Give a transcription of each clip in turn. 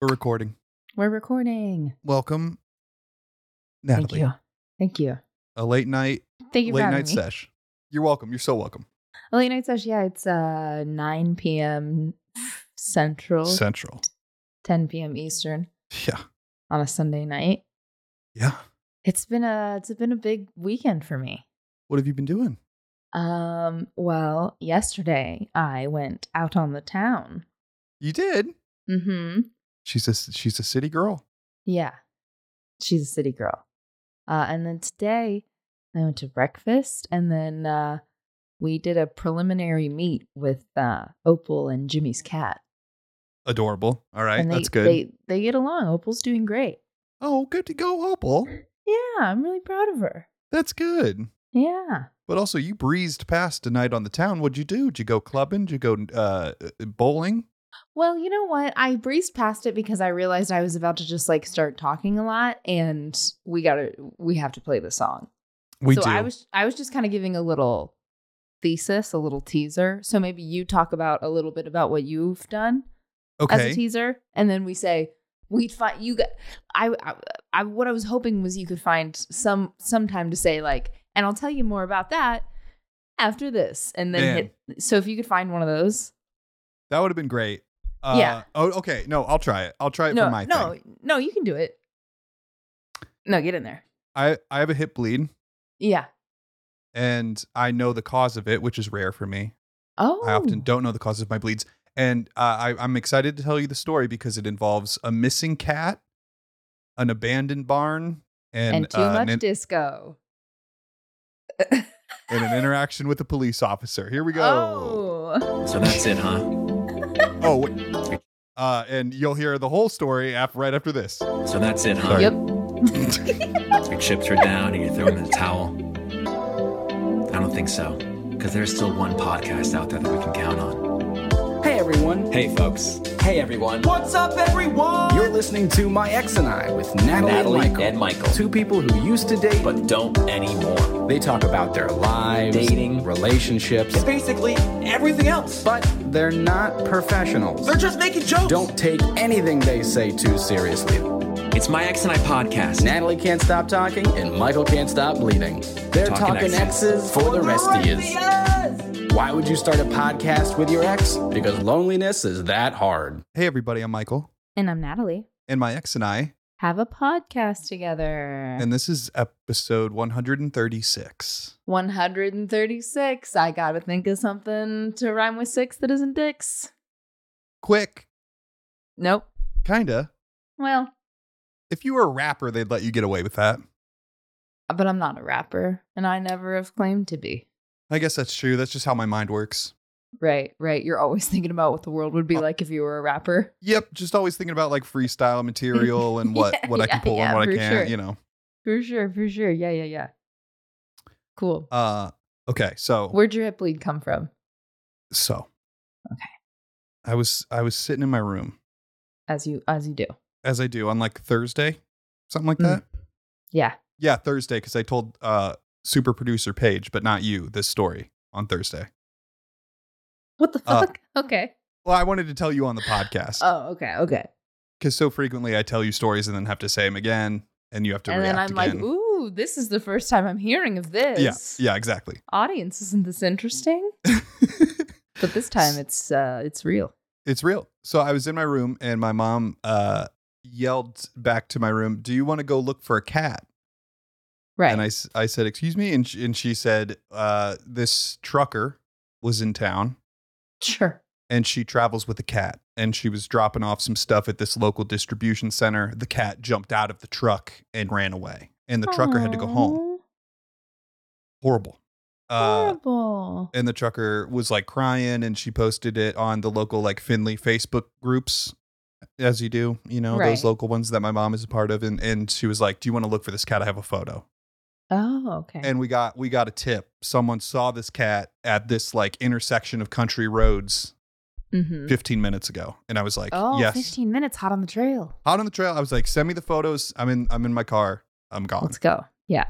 We're recording. We're recording. Welcome, Thank Natalie. you. Thank you. A late night, Thank you late for having night me. sesh. You're welcome. You're so welcome. A Late night sesh. Yeah, it's uh 9 p.m. Central, Central. 10 p.m. Eastern Yeah, on a Sunday night. yeah. It's been a it's been a big weekend for me. What have you been doing? Um, well, yesterday I went out on the town. You did. Mm-hmm. She's a she's a city girl. Yeah. She's a city girl. Uh, and then today I went to breakfast and then uh, we did a preliminary meet with uh, Opal and Jimmy's cat. Adorable. All right, and they, that's good. They, they get along. Opal's doing great. oh, good to go, Opal. Yeah, I'm really proud of her. That's good. Yeah. But also, you breezed past a night on the town. What'd you do? Did you go clubbing? Did you go uh, bowling? Well, you know what? I breezed past it because I realized I was about to just like start talking a lot and we got to we have to play the song. We so do. I was I was just kind of giving a little thesis, a little teaser. So maybe you talk about a little bit about what you've done as a okay. teaser and then we say we'd find you got I, I I what I was hoping was you could find some some time to say like and I'll tell you more about that after this and then Man. hit so if you could find one of those That would have been great. Uh, Yeah. Oh, okay. No, I'll try it. I'll try it no for my no thing. no you can do it no get in there I I have a hip bleed. yeah and I know the cause of it, which is rare for me. oh I often don't know the cause of my bleeds. And uh, I, I'm excited to tell you the story because it involves a missing cat, an abandoned barn, and, and, too uh, much an, disco and an interaction with a police officer. Here we go. oh So that's it, huh? Oh, wait. Uh, and you'll hear the whole story af- right after this. So that's it, huh? yep Your chips are down and you're throwing in the towel. I don't think so, because there's still one podcast out there that we can count on. Hey everyone. Hey, folks. Hey everyone. What's up, everyone? You're listening to My Ex and I with Natalie, Natalie and Michael. and Michael. Two people who used to date, but But don't anymore. they talk about their lives, Dating. relationships, It's basically everything else. But but they're not professionals. they're just making jokes. Don't take anything they say too seriously. It's my ex and I podcast. Natalie can't stop talking, and Michael can't stop bleeding. They're Talking talking, exes. exes for the rest of yous. Why would you start a podcast with your ex? Because loneliness is that hard. Hey, everybody, I'm Michael, and I'm Natalie and my ex and I, have a podcast together and this is episode 136. 136. I gotta think of something to rhyme with six that isn't dicks. Quick, Nope. kinda. Well, If you were a rapper, they'd let you get away with that. but I'm not a rapper, and I never have claimed to be. I guess that's true. That's just how my mind works. Right, right. You're always thinking about what the world would be Uh, like if you were a rapper. Yep, just always thinking about like freestyle material and what Yeah, what I can yeah, pull yeah, and what I for can't. sure. You know. For sure, for sure. Yeah, yeah, yeah. Cool. Uh, okay, so Where'd your hip bleed come from? so Okay. I was I was sitting in my room As you as you do. as I do on like Thursday, something like Mm. that. Yeah. Yeah, Thursday because I told uh super producer Paige, but not you, this story on Thursday. What the Uh, fuck? okay. Well, I wanted to tell you on the podcast Oh, okay, okay. because so frequently I tell you stories and then have to say them again, and you have to And then react I'm like, again. ooh, this is the first time I'm hearing of this. yeah, yeah, exactly. Audience, isn't this interesting? But this time it's uh it's real. It's real. So I was in my room and my mom uh, yelled back to my room, "Do you want to go look for a cat?" Right. And I, s- I said, "Excuse me," and she, and she said, uh, "This trucker was in town sure. and she travels with a cat, and she was dropping off some stuff at this local distribution center. The cat jumped out of the truck and ran away, and the trucker had to go home. Horrible." Uh, Horrible. and the trucker was like crying and she posted it on the local like Finley Facebook groups as you do, you know, those Right. local ones that my mom is a part of and and she was like, "Do you want to look for this cat? I have a photo." oh, okay. And we got we got a tip. Someone saw this cat at this like intersection of country roads mm-hmm. 15 minutes ago. And I was like, Oh, "Yes." 15 minutes hot on the trail. Out on the trail, I was like, "Send me the photos. I'm in I'm in my car. I'm gone." Let's go. Yeah.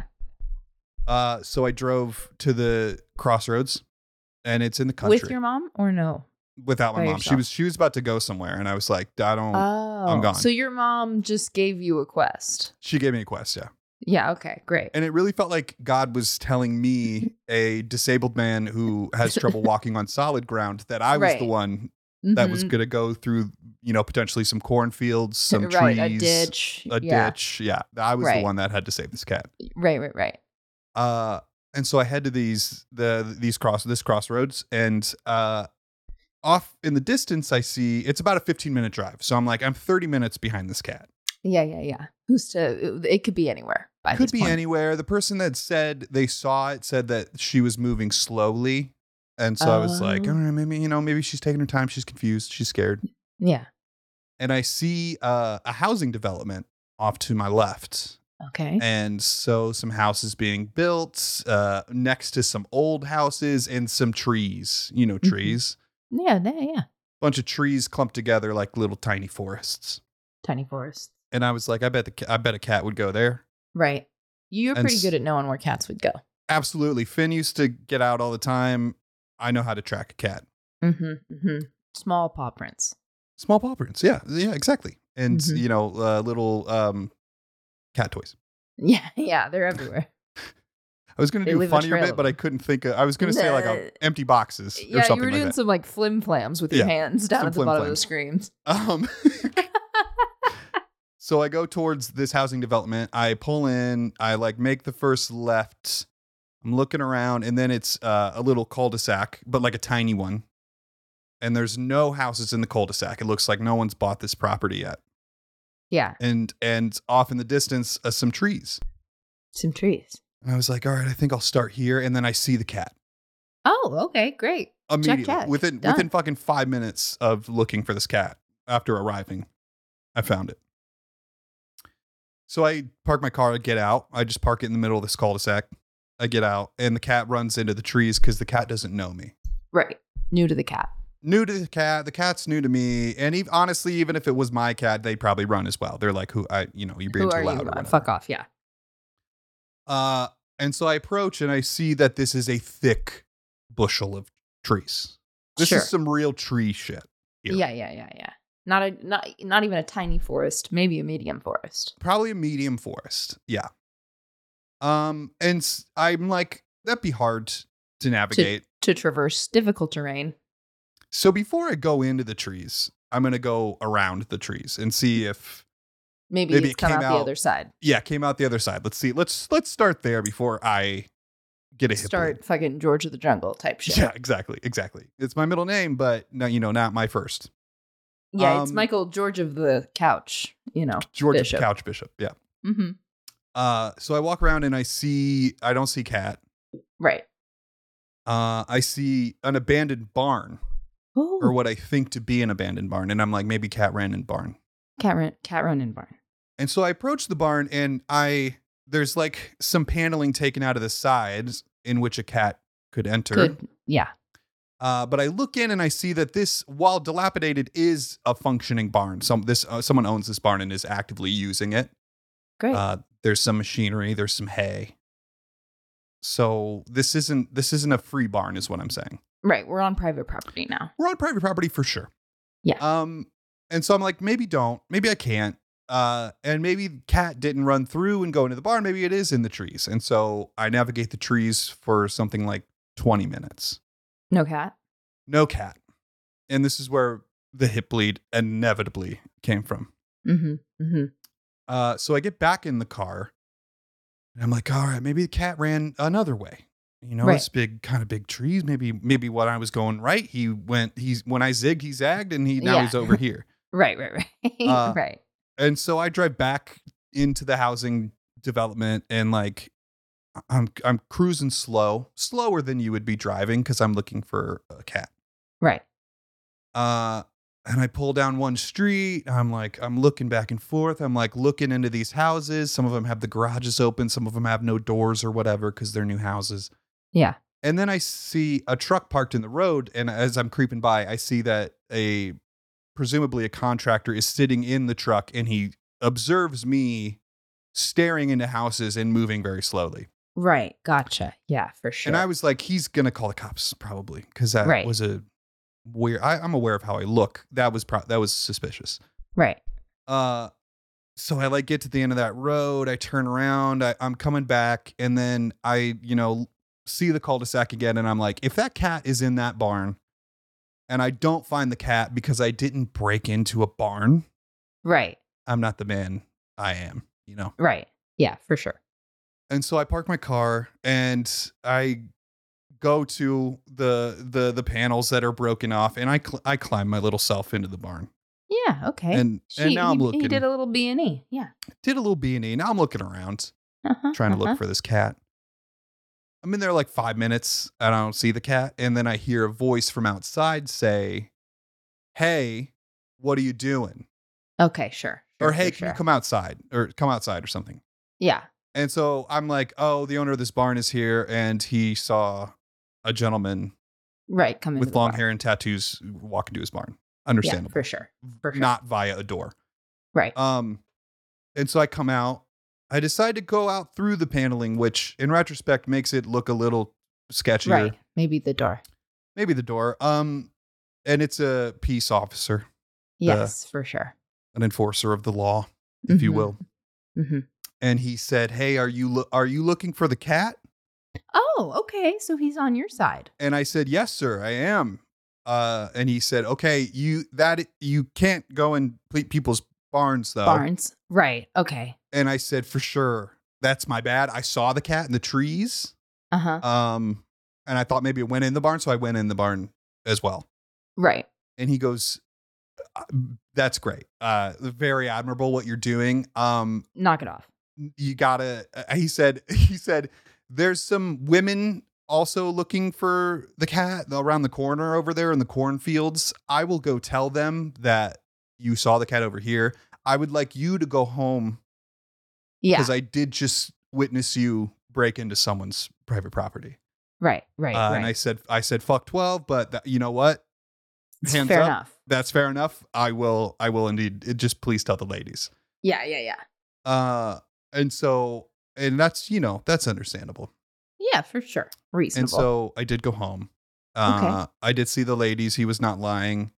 Uh so I drove to the crossroads and it's in the country. With your mom or no? without my By mom. She yourself. was she was about to go somewhere, and I was like, I don't. Oh, gone. So your mom just gave you a quest. she gave me a quest, yeah, Yeah. Okay. Great. and it really felt like God was telling me, a disabled man who has trouble walking on solid ground, that I was Right. the one that was Mhm. going to go through, you know, potentially some cornfields, some right. trees, A ditch. a yeah. ditch. Yeah, I was the Right. one that had to save this cat. Right. Right. Right. uh and so i head to these the these cross this crossroads and uh off in the distance i see it's about a 15 minute drive so i'm like i'm 30 minutes behind this cat Yeah. Yeah. Yeah. Who's to? It could be anywhere. By could this be point. anywhere the person that said they saw it said that she was moving slowly and so i was like Oh. Mm. all right maybe you know maybe she's taking her time she's confused she's scared Yeah. and i see uh, a housing development off to my left Okay. and so some houses being built uh, next to some old houses and some trees you know Mhm. trees yeah. Yeah. Yeah. bunch of trees clumped together like little tiny forests Tiny forest. and i was like i bet the ca- i bet a cat would go there Right. You're And pretty s- good at knowing where cats would go. absolutely finn used to get out all the time i know how to track a cat Mm-hmm. mm-hmm. Small paw prints. small paw prints yeah yeah exactly and Mhm. you know uh, little um cat toys Yeah. Yeah. They're everywhere. i was going They to do a leave a funnier trail bit of but i them. couldn't think of i was going to say like a, Nah. empty boxes or yeah. You something were like doing that. some like flim flams with your Yeah, hands down some at the bottom of the flim-flams. screens. Um, so I go towards this housing development. I pull in. I like make the first left. I'm looking around, and then it's uh, a little cul-de-sac, but like a tiny one. And there's no houses in the cul-de-sac. It looks like no one's bought this property yet. Yeah. And and off in the distance, uh, some trees. Some trees. And I was like, all right, I think I'll start here. And then I see the cat Oh. Okay. Great. immediately check. within Done. within fucking five minutes of looking for this cat after arriving i found it so i park my car i get out i just park it in the middle of this cul-de-sac i get out and the cat runs into the trees because the cat doesn't know me Right. New to the cat. new to the cat the cat's new to me and ev honestly even if it was my cat they'd probably run as well they're like who i you know you're being Who too are loud or you? Uh, whatever. Fuck off. Yeah. Uh, and so I approach and I see that this is a thick bushel of trees. This Sure. is some real tree shit. here. Yeah. Yeah. Yeah. Yeah. Not a not not even a tiny forest. Maybe a medium forest. Probably a medium forest. Yeah. Um, and s- I'm like, that'd be hard to navigate. to traverse difficult terrain. So before I go into the trees, I'm gonna go around the trees and see if Maybe, Maybe it's it come came out, out the other side. yeah, came out the other side. Let's see. Let's let's start there before I get a hit. Start fucking George of the Jungle type shit. Yeah, exactly, exactly. It's my middle name, but no, you know, not my first. Yeah, it's Um, Michael George of the couch, you know. George Bishop. Couch Bishop. Yeah. Mm-hmm. Uh, so I walk around and I see I don't see cat. Right. Uh, I see an abandoned barn or Oh, what I think to be an abandoned barn, and I'm like maybe cat ran in barn. cat run, cat run in barn. And so I approach the barn and I there's like some paneling taken out of the sides in which a cat could enter. Good. Yeah. Uh, but I look in and I see that this, while dilapidated, is a functioning barn. Some this uh, someone owns this barn and is actively using it. Great. Uh, there's some machinery. There's some hay. So this isn't this isn't a free barn, is what I'm saying. right. We're on private property now. We're on private property for sure. Yeah. Um, and so I'm like, maybe don't, maybe I can't. Uh, and maybe cat didn't run through and go into the barn. Maybe it is in the trees. And so I navigate the trees for something like 20 minutes. No cat. No cat. And this is where the hip bleed inevitably came from. Mm-hmm. Mm-hmm. Uh, so I get back in the car and I'm like, all right, maybe the cat ran another way. You know, Right. it's big, kind of big trees. Maybe, maybe when I was going right, he went, he's, when I zigged, he zagged and he, now Yeah. he's over here. Right, right, right. Uh, right. And so I drive back into the housing development and like, I'm, I'm cruising slow, slower than you would be driving because I'm looking for a cat. Right. Uh, and I pull down one street. I'm like, I'm looking back and forth. I'm like looking into these houses. Some of them have the garages open. Some of them have no doors or whatever because they're new houses. Yeah. And then I see a truck parked in the road. And as I'm creeping by, I see that a presumably a contractor is sitting in the truck and he observes me staring into houses and moving very slowly. Right. Gotcha. Yeah, for sure. And I was like, he's gonna call the cops probably because that Right. was a weird. I, I'm aware of how I look. That was pro- that was suspicious. Right. Uh, so I like get to the end of that road. I turn around. I, I'm coming back, and then I, you know, see the cul-de-sac again, and I'm like, if that cat is in that barn, and I don't find the cat because I didn't break into a barn, Right. I'm not the man I am. You know. Right. Yeah, for sure. and so I park my car and I go to the the the panels that are broken off and I cl- I climb my little self into the barn Yeah. Okay. and and now he, I'm looking He did did a, a little B and E. Yeah. little B and E now I'm looking around Uh-huh, trying to uh-huh. look for this cat I'm in there like five minutes and I don't see the cat and then I hear a voice from outside say hey what are you doing uh-huh. Okay. Sure. or sure, hey sure, can you sure. come outside or come outside or something Yeah. And so I'm like, oh, the owner of this barn is here, and he saw a gentleman Right. Come in with long hair and tattoos walk into his barn. Yeah, Understandable. for sure. for sure. Not via a door. Right. Um, and so I come out. I decide to go out through the paneling, which in retrospect makes it look a little sketchier. right. Maybe the door. Maybe the door. Um, and it's a peace officer, Yes, for sure. an enforcer of the law, if you Mhm, will. mhm. And he said, "Hey, are you lo- are you looking for the cat?" Oh, okay. So he's on your side. And I said, "Yes, sir, I am." Uh, and he said, "Okay, you that you can't go and ple- people's barns though." Barnes. Right. Okay. And I said, "For sure, that's my bad. I saw the cat in the trees, Uh huh. um, and I thought maybe it went in the barn, so I went in the barn as well." Right. And he goes, "Uh, "That's great. Uh, very admirable what you're doing. Um, Knock it off. you gotta." uh, He said, "He said there's some women." also looking for the cat around the corner over there in the cornfields. I will go tell them that you saw the cat over here. I would like you to go home Yeah. because I did just witness you break into someone's private property. right. Right. Uh, right. And I said, I said, fuck twelve, but that, you know what? It's hands fair up. enough. That's fair enough. I will. I will indeed. It, just please tell the ladies. Yeah. Yeah. Yeah. Uh, and so, and that's you know that's understandable. Yeah. For sure. Reasonable. And so I did go home. Uh, I did see the ladies. He was not lying.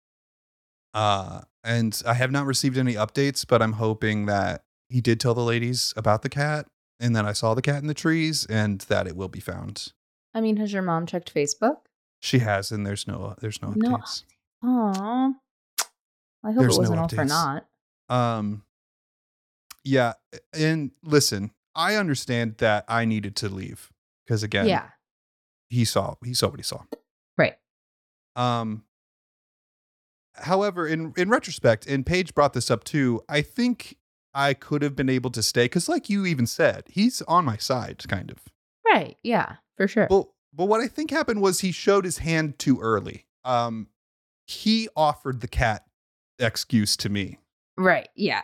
Uh, and I have not received any updates, but I'm hoping that he did tell the ladies about the cat and that I saw the cat in the trees and that it will be found. I mean, has your mom checked Facebook? She has, and there's no there's no No updates. Oh, I hope There's no it wasn't all for updates. naught. Um, yeah, and listen, I understand that I needed to leave because again, Yeah. he saw he saw what he saw. Right. Um, however, in in retrospect, and Paige brought this up too. I think I could have been able to stay because, like you even said, he's on my side, kind of. Right. Yeah. For sure. But but what I think happened was he showed his hand too early. Um, he offered the cat excuse to me, right. Yeah.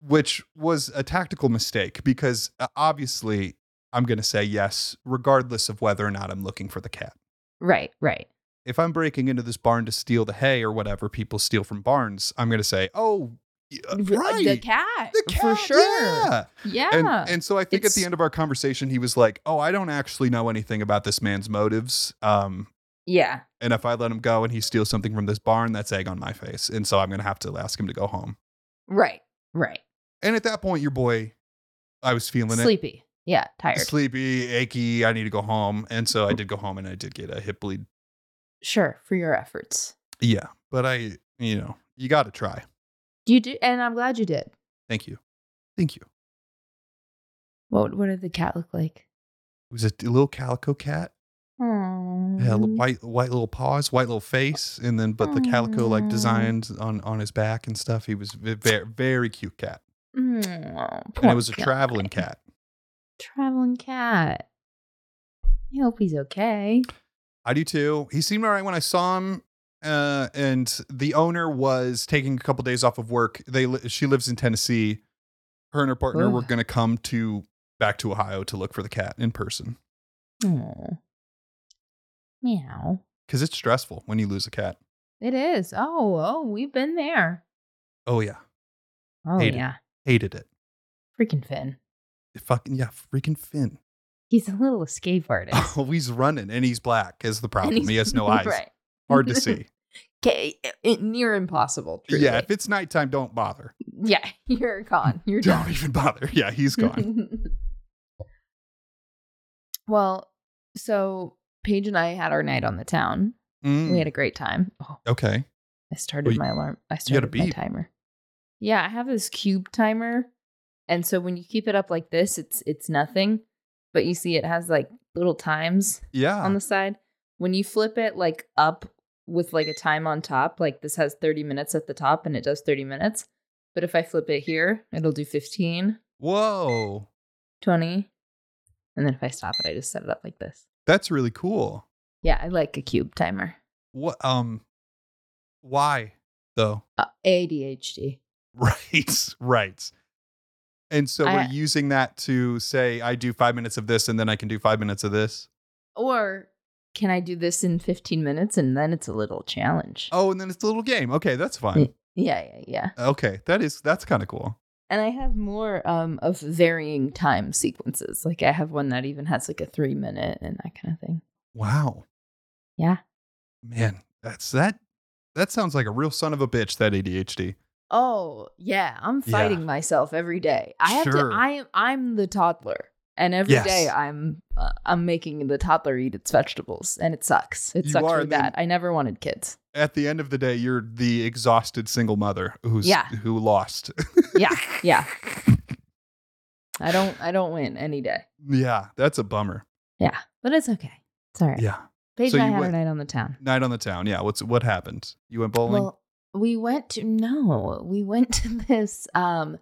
which was a tactical mistake because uh, obviously I'm going to say yes, regardless of whether or not I'm looking for the cat. Right. Right. if I'm breaking into this barn to steal the hay or whatever people steal from barns, I'm going to say, oh, y- uh, R- right. The cat. The For cat, sure. Yeah. Yeah. And, and so I think at the It's- end of our conversation, he was like, oh, I don't actually know anything about this man's motives. Um, yeah. and if I let him go and he steals something from this barn, that's egg on my face. And so I'm going to have to ask him to go home. Right. Right. And at that point, your boy, I was feeling it. Sleepy. Yeah. Tired. Mm. Sleepy, achy. I need to go home. And so I did go home and I did get a hip bleed. Sure. For your efforts. Yeah. But I, you know, you got to try. You do. And I'm glad you did. Thank you. Thank you. What, what did the cat look like? It was a t- little calico cat. Aww. It had Mm-hmm. little white, white little paws, white little face, and then but the calico like Aw. designs on on his back and stuff. He was a very very cute cat, Mm, and it was a traveling cat. Traveling cat. I hope he's okay. I do too. He seemed all right when I saw him. Uh, and the owner was taking a couple days off of work. They li- she lives in Tennessee. Her and her partner Ooh. were going to come to back to Ohio to look for the cat in person Aww. Meow. because it's stressful when you lose a cat. It is. Oh, oh, we've been there. Oh yeah, Oh Hate it. yeah. hated it. Freaking Finn. Fucking yeah, freaking Finn. He's a little escape artist. Oh, he's running and he's black is the problem. And he's- He has no eyes. Right. Hard to see. Okay, near impossible. Truly. Yeah, if it's nighttime, don't bother. yeah, you're gone. You're done. Don't even bother. Yeah, he's gone. well, so Paige and I had our night on the town. Mm, We had a great time. Oh, okay. I started Well, you- my alarm. I you had a started my beep. timer. Yeah, I have this cube timer, and so when you keep it up like this, it's it's nothing. But you see, it has like little times Yeah. on the side. When you flip it like up with like a time on top, like this has 30 minutes at the top and it does 30 minutes. But if I flip it here, it'll do 15, Whoa. 20. And then if I stop it, I just set it up like this. That's really cool. Yeah, I like a cube timer. What um why though? Uh, ADHD. Right. Right. And so we're I- using that to say I do 5 minutes of this and then I can do 5 minutes of this. Or can I do this in 15 minutes? And then it's a little challenge. Oh, and then it's a little game. Okay, that's fine. Yeah, yeah, yeah. Okay, that is that's kind of cool. And I have more um, of varying time sequences. Like I have one that even has like a three minute and that kind of thing. Wow. Yeah. Man, that's that that sounds like a real son of a bitch that ADHD. Oh yeah, I'm Yeah. fighting myself every day. I have Sure. to. I am. I'm the toddler, and every Yes. day I'm. Uh, I'm making the toddler eat its vegetables, and it sucks. It You sucks are, really and then- bad. I never wanted kids. At the end of the day, you're the exhausted single mother who's Yeah. who lost. Yeah, yeah. I don't. I don't win any day. yeah, that's a bummer. Yeah, but it's okay. It's all right. Yeah. Paige So and I you had a went- night on the town. Night on the town. Yeah, what's what happened? You went bowling? Well, we went to no, we went to this. Um,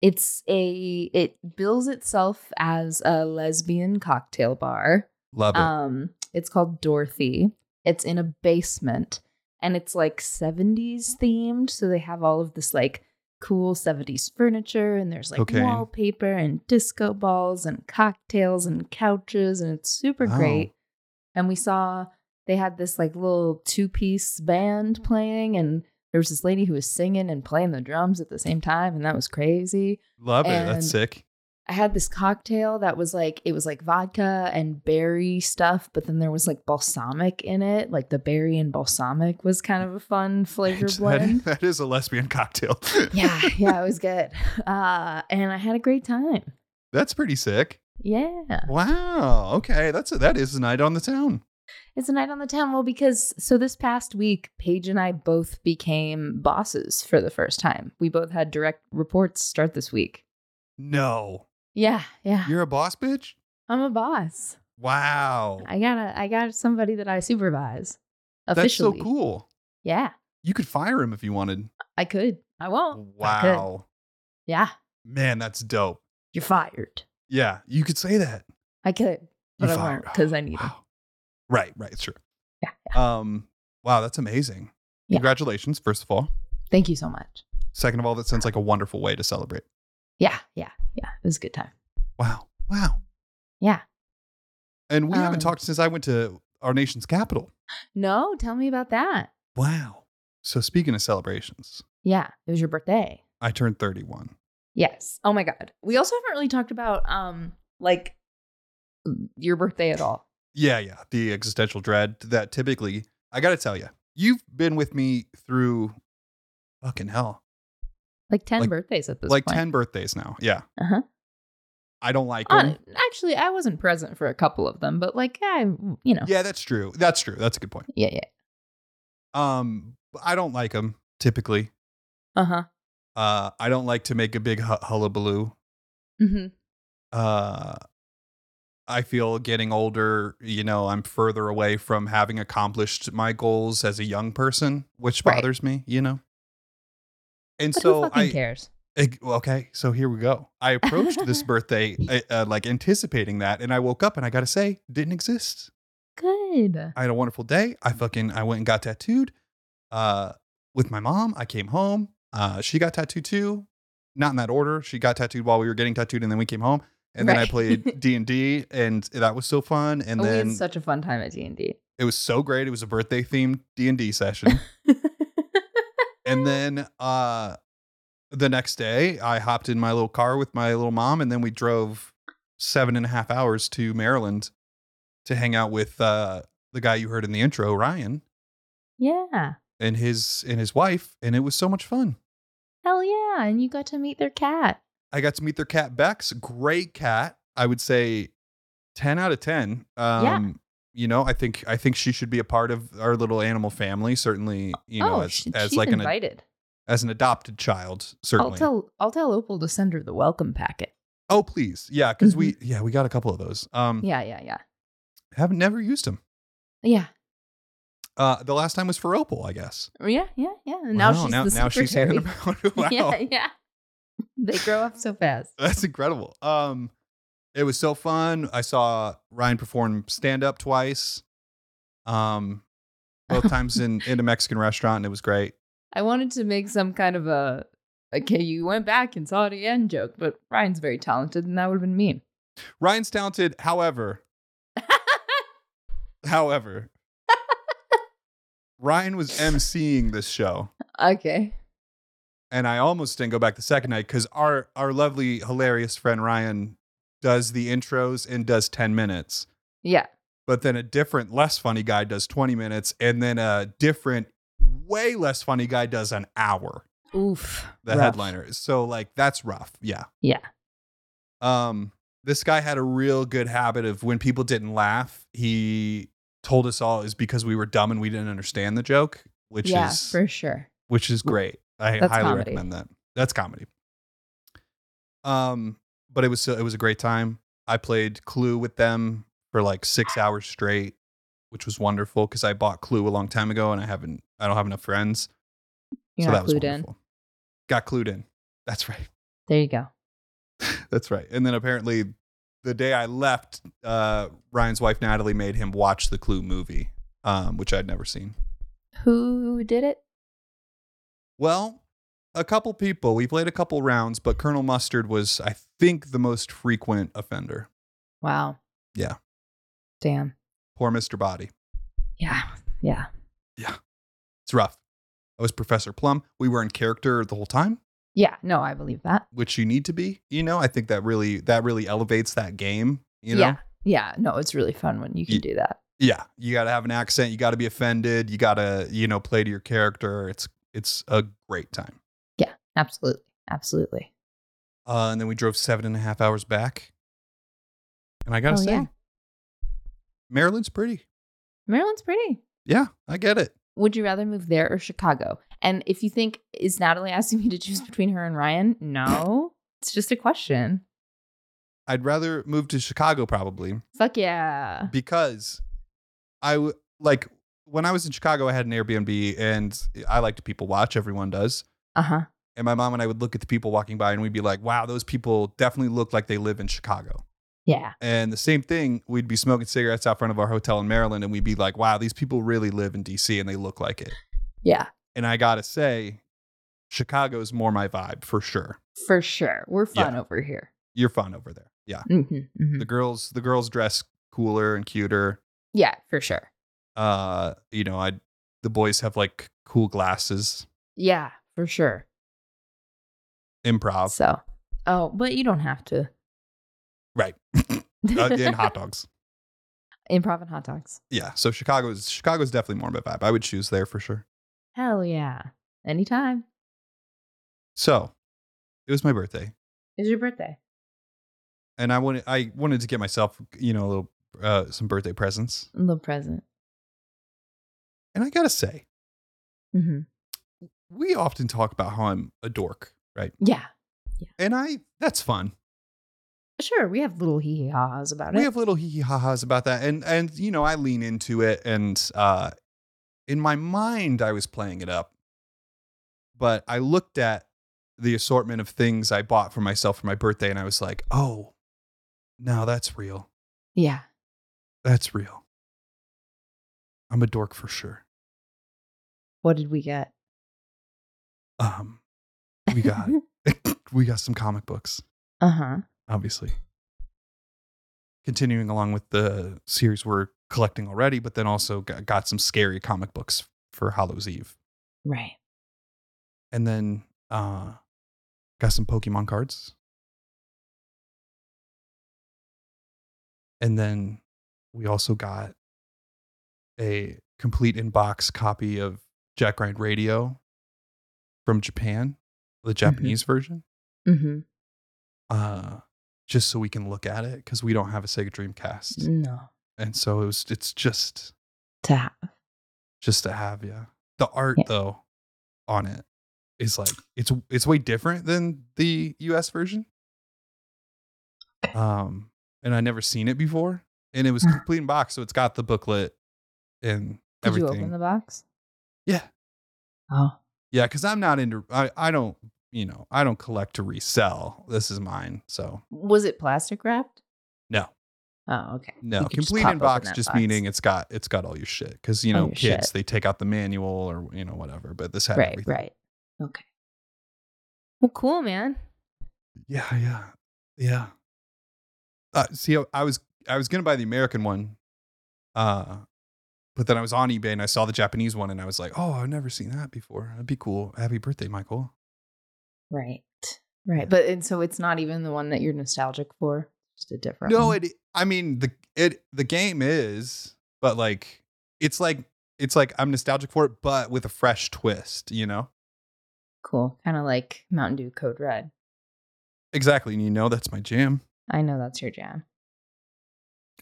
it's a it bills itself as a lesbian cocktail bar. Love it. Um, it's called Dorothy. It's in a basement, and it's like '70s themed. So they have all of this like cool '70s furniture, and there's like Cocaine. wallpaper and disco balls and cocktails and couches, and it's super Wow. great. And we saw they had this like little two-piece band playing, and there was this lady who was singing and playing the drums at the same time, and that was crazy. Love it. That's and- sick. I had this cocktail that was like it was like vodka and berry stuff, but then there was like balsamic in it. Like the berry and balsamic was kind of a fun flavor That, blend. that is a lesbian cocktail. yeah, yeah, it was good. Uh, and I had a great time. That's pretty sick. Yeah, Wow. Okay, that's a, that is a night on the town. it's a night on the town. Well, because so this past week, Paige and I both became bosses for the first time. We both had direct reports start this week. No. Yeah, yeah, You're a boss bitch? I'm a boss. Wow. I gotta, I got somebody that I supervise That's so officially. cool. Yeah. You could fire him if you wanted. I could. I won't. I could. Wow. Yeah. Man, that's dope. You're fired. Yeah, you could say that. I could. You But I fired- won't because I need him. Wow. Right, right, sure. Yeah, Um, wow, that's amazing. Yeah. Congratulations, first of all. Thank you so much. Second of all, that sounds like a wonderful way to celebrate. Yeah. Yeah. Yeah. It was a good time. Wow. Wow. Yeah. And we haven't Um, talked since I went to our nation's capital. No, tell me about that. Wow. So speaking of celebrations, Yeah. It was your birthday. I turned 31. Yes. Oh my God. We also haven't really talked about um like your birthday at all. Yeah, yeah. The existential dread that typically, I got to tell you, you've been with me through fucking hell. Like ten Like- birthdays at this like point. 10 birthdays now. Yeah. Uh-huh. Oh, I don't like On- them. Uh, actually, I wasn't present for a couple of them, but like I, you know, Yeah, that's true. That's true. That's a good point. yeah, yeah. Um, I don't like them typically. Uh huh. Uh, I don't like to make a big hu- hullabaloo hmm uh I feel getting older, you know, I'm further away from having accomplished my goals as a young person, which Right. bothers me, you know. And But who so fucking I cares? ig- okay, so here we go. I approached this birthday uh, uh, like anticipating that and I woke up and I got to say, didn't exist. Good. I had a wonderful day. I fucking I went and got tattooed uh with my mom. I came home. Uh she got tattooed too. Not in that order. She got tattooed while we were getting tattooed and then we came home. And then I Right. played D&D and that was so fun and we then had such a fun time at D and D. it was so great. It was a birthday themed D&D session. and then uh the next day I hopped in my little car with my little mom and then we drove seven and a half hours to Maryland to hang out with uh the guy you heard in the intro, Ryan. Yeah. and his and his wife, and it was so much fun. Hell yeah. And you got to meet their cat. I got to meet their cat Bex, great cat. I would say 10 out of 10. Um Yeah. you know, I think I think she should be a part of our little animal family, certainly, you know, oh, as she- as she's like an invited. as an adopted child, certainly. I'll tell I'll tell Opal to send her the welcome packet. oh, please. Yeah, because we yeah, we got a couple of those. Um Mm-hmm. Yeah, yeah, yeah. haven't never used them. Yeah. Uh the last time was for Opal, I guess. Yeah, yeah, yeah. And now Wow, she's now, the now she's handing them secretary. out. wow. Yeah, yeah. They grow up so fast. That's incredible. Um, it was so fun. I saw Ryan perform stand up twice, um, both times in in a Mexican restaurant, and it was great. I wanted to make some kind of a okay, you went back and saw it again joke, but Ryan's very talented and that would have been mean. Ryan's talented, however, however, Ryan was emceeing this show, okay. and I almost didn't go back the second night because our our lovely hilarious friend Ryan does the intros and does ten minutes. Yeah. but then a different less funny guy does 20 minutes and then a different way less funny guy does an hour Oof. the Rough. headliner so like that's rough yeah Yeah. um this guy had a real good habit of when people didn't laugh he told us all is because we were dumb and we didn't understand the joke which yeah, is for sure. which is great i That's highly comedy. recommend that that's comedy um but it was so it was a great time i played clue with them for like six hours straight which was wonderful because I bought Clue a long time ago and I haven't I don't have enough friends. You're so not that was clued in. wonderful. Got clued in. That's right. There you go. That's right. And then apparently the day I left, uh, Ryan's wife Natalie made him watch the Clue movie, um, which I'd never seen. Who did it? Well, a couple people. We played a couple rounds, but Colonel Mustard was, I think, the most frequent offender. Wow. Yeah. Damn. Poor Mr. Body. Yeah. Yeah. It's rough. I was Professor Plum. We were in character the whole time. Yeah. No, I believe that. which you need to be. You know, I think that really that really elevates that game. You know, Yeah. Yeah. No, it's really fun when you can Ye- do that. Yeah. You got to have an accent. You got to be offended. You got to you know play to your character. It's it's a great time. Absolutely. Absolutely. Uh, and then we drove seven and a half hours back, and I gotta Oh, say, yeah. Maryland's pretty. Maryland's pretty. Yeah, I get it. Would you rather move there or Chicago? And if you think, is Natalie asking me to choose between her and Ryan? No. It's just a question. I'd rather move to Chicago probably Fuck yeah. because I w- like when I was in Chicago, I had an Airbnb and I like to people watch. Everyone does. Uh huh. And my mom and I would look at the people walking by and we'd be like, wow, those people definitely look like they live in Chicago. Yeah. And the same thing, we'd be smoking cigarettes out front of our hotel in Maryland and we'd be like, wow, these people really live in DC and they look like it. Yeah. And I gotta say, Chicago's more my vibe for sure. For sure. We're fun Yeah. over here. You're fun over there. Yeah. hmm The girls, the girls dress cooler and cuter. Yeah, for sure. Uh, you know, I the boys have like cool glasses, Yeah, for sure. improv. So, oh, but you don't have to. Right. uh, and hot dogs. Improv and hot dogs. Yeah. So Chicago's Chicago's definitely more my vibe. I would choose there for sure. Hell yeah. Anytime. So it was my birthday, It's your birthday. and I wanted I wanted to get myself you know a little uh, some birthday presents. Little present. And I gotta say, hmm we often talk about how I'm a dork, right? Yeah. And I that's fun. Sure. We have little hee hee ha ha's about We it. have little hee hee ha ha's about that, and and you know I lean into it, and uh, in my mind I was playing it up, but I looked at the assortment of things I bought for myself for my birthday, and I was like, oh, no, that's real. yeah. That's real. I'm a dork for sure. What did we get? Um, we got we got some comic books, uh huh. obviously. Continuing along with the series we're collecting already, but then also got, got some scary comic books for Hallows Eve, Right. and then uh, got some Pokemon cards, and then we also got a complete in box copy of Jack Ryan Radio from Japan, the Japanese version, Mm-hmm. uh, just so we can look at it because we don't have a Sega Dreamcast, No. and so it was. It's just To have. just to have yeah. The art Yeah. though on it is like it's it's way different than the US version. Um and I never seen it before and it was complete in box so it's got the booklet and Did everything. you open the box? yeah. Oh. Yeah, cuz I'm not into I I don't, you know, I don't collect to resell. This is mine. So, Was it plastic wrapped? no. Oh, okay. No, You could just complete pop in open box that just box. meaning it's got it's got all your shit cuz you All know your kids shit. they take out the manual or you know whatever, but this had Right, everything. right. Okay. Well, cool, man. Yeah, yeah, yeah. Uh, see, I, I was I was gonna buy the American one, uh, but then I was on eBay and I saw the Japanese one and I was like, oh, I've never seen that before. That'd be cool. Happy birthday, Michael. Right. Right. But and so it's not even the one that you're nostalgic for. Just a different No, one. it. I mean the it the game is, but like it's like it's like I'm nostalgic for it, but with a fresh twist. You know cool. Kind of like Mountain Dew Code Red. exactly, and you know that's my jam. I know that's your jam.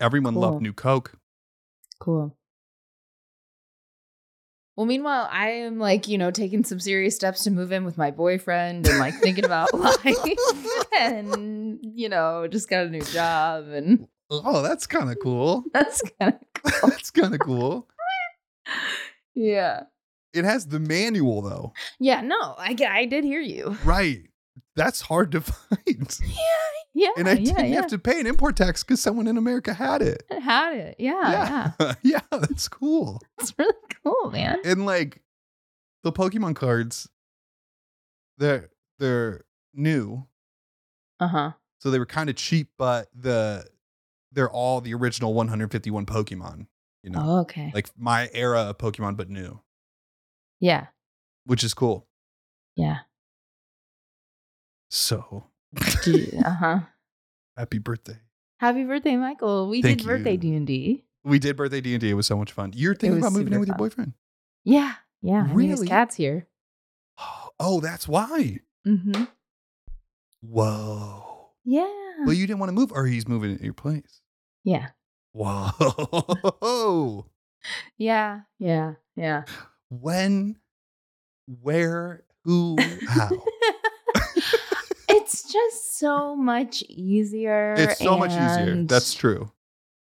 Everyone Cool. loved New Coke. Cool. Well, meanwhile, I am like, you know, taking some serious steps to move in with my boyfriend and like thinking about life and, you know, just got a new job. And Oh, that's kind of cool. that's kind of cool. that's kind of cool. Yeah. It has the manual though. Yeah. No, I, g- I did hear you. Right. That's hard to find. Yeah. And I yeah, didn't yeah. have to pay an import tax because someone in America had it. It had it. Yeah, yeah. yeah. Yeah, that's cool. It's really cool, man. And like the Pokemon cards, they're they're new. Uh huh. So they were kind of cheap, but the they're all the original 151 Pokemon, you know. Oh, okay. Like my era of Pokemon but new, yeah. which is cool. Yeah. So Uh huh. happy birthday. Happy birthday, Michael. We Thank did birthday you. D and D. We did birthday D&D. It was so much fun. You're thinking was about moving in super with your fun. boyfriend. Yeah. Yeah. I mean, his Really? cat's here. Oh, that's why. Mm-hmm. Whoa. Yeah. Well, you didn't want to move, or he's moving at your place. yeah. Whoa. Yeah. Yeah. Yeah. when, where, who, how? it's just so much easier. it's so much easier. and- That's true.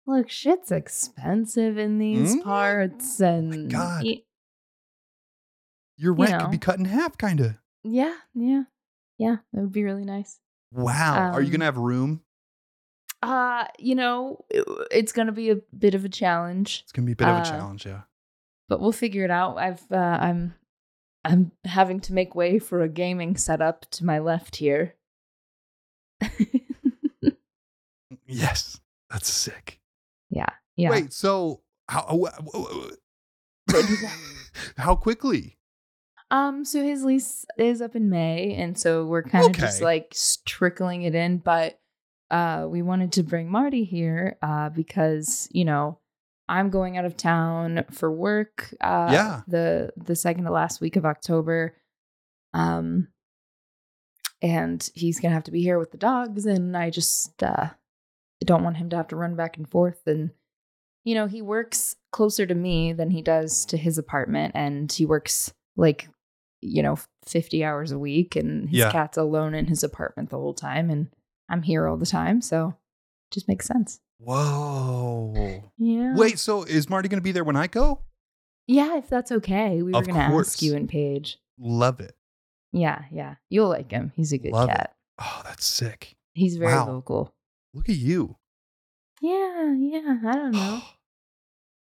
look, shit's expensive in these Mm. parts, and God. y- Your You rent could know. be cut in half, kind of. yeah, yeah, yeah. That would be really nice. Wow. Are you Um, going to have room? uh you know it- it's gonna be a bit of a challenge It's going to be a bit of uh, a challenge, yeah. but we'll figure it out i've uh, i'm i'm having to make way for a gaming setup to my left here Yes. That's sick. yeah Wait, so how, uh, wh- wh- wh- how quickly? um so his lease is up in may and so we're kind of just Okay. like trickling it in but uh we wanted to bring marty here uh because you know i'm going out of town for work uh Yeah. the the second to last week of october um and he's gonna have to be here with the dogs and i just uh don't want him to have to run back and forth and you know he works closer to me than he does to his apartment and he works like you know 50 hours a week and his Yeah. cat's alone in his apartment the whole time and i'm here all the time so it just makes sense Whoa. yeah Wait, so is Marty going to be there when I go? yeah if that's okay we were Of gonna course. ask you and paige Love it. yeah yeah you'll like him he's a good Love it. cat Oh, that's sick. he's very Wow. vocal Look at you. yeah yeah i don't know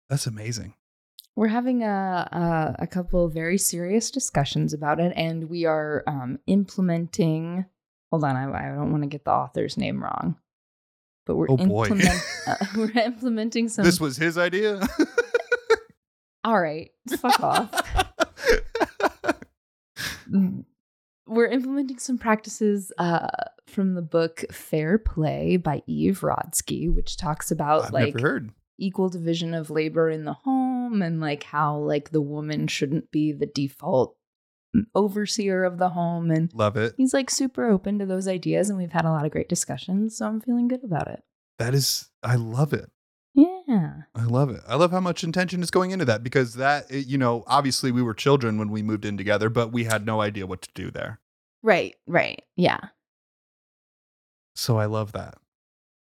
That's amazing. We're having a, a a couple of very serious discussions about it, and we are um, implementing. Hold on, I, I don't want to get the author's name wrong, but we're Oh, boy. implement, uh, we're implementing some. this was his idea. all right, fuck off. We're implementing some practices uh, from the book Fair Play by Eve Rodsky, which talks about I've like never heard. equal division of labor in the home home and like how like the woman shouldn't be the default mm, overseer of the home and Love it. he's like super open to those ideas and we've had a lot of great discussions so i'm feeling good about it That is, I love it. yeah I love it. I love how much intention is going into that because that, it- you know, obviously we were children when we moved in together, but we had no idea what to do there. right right yeah So I love that.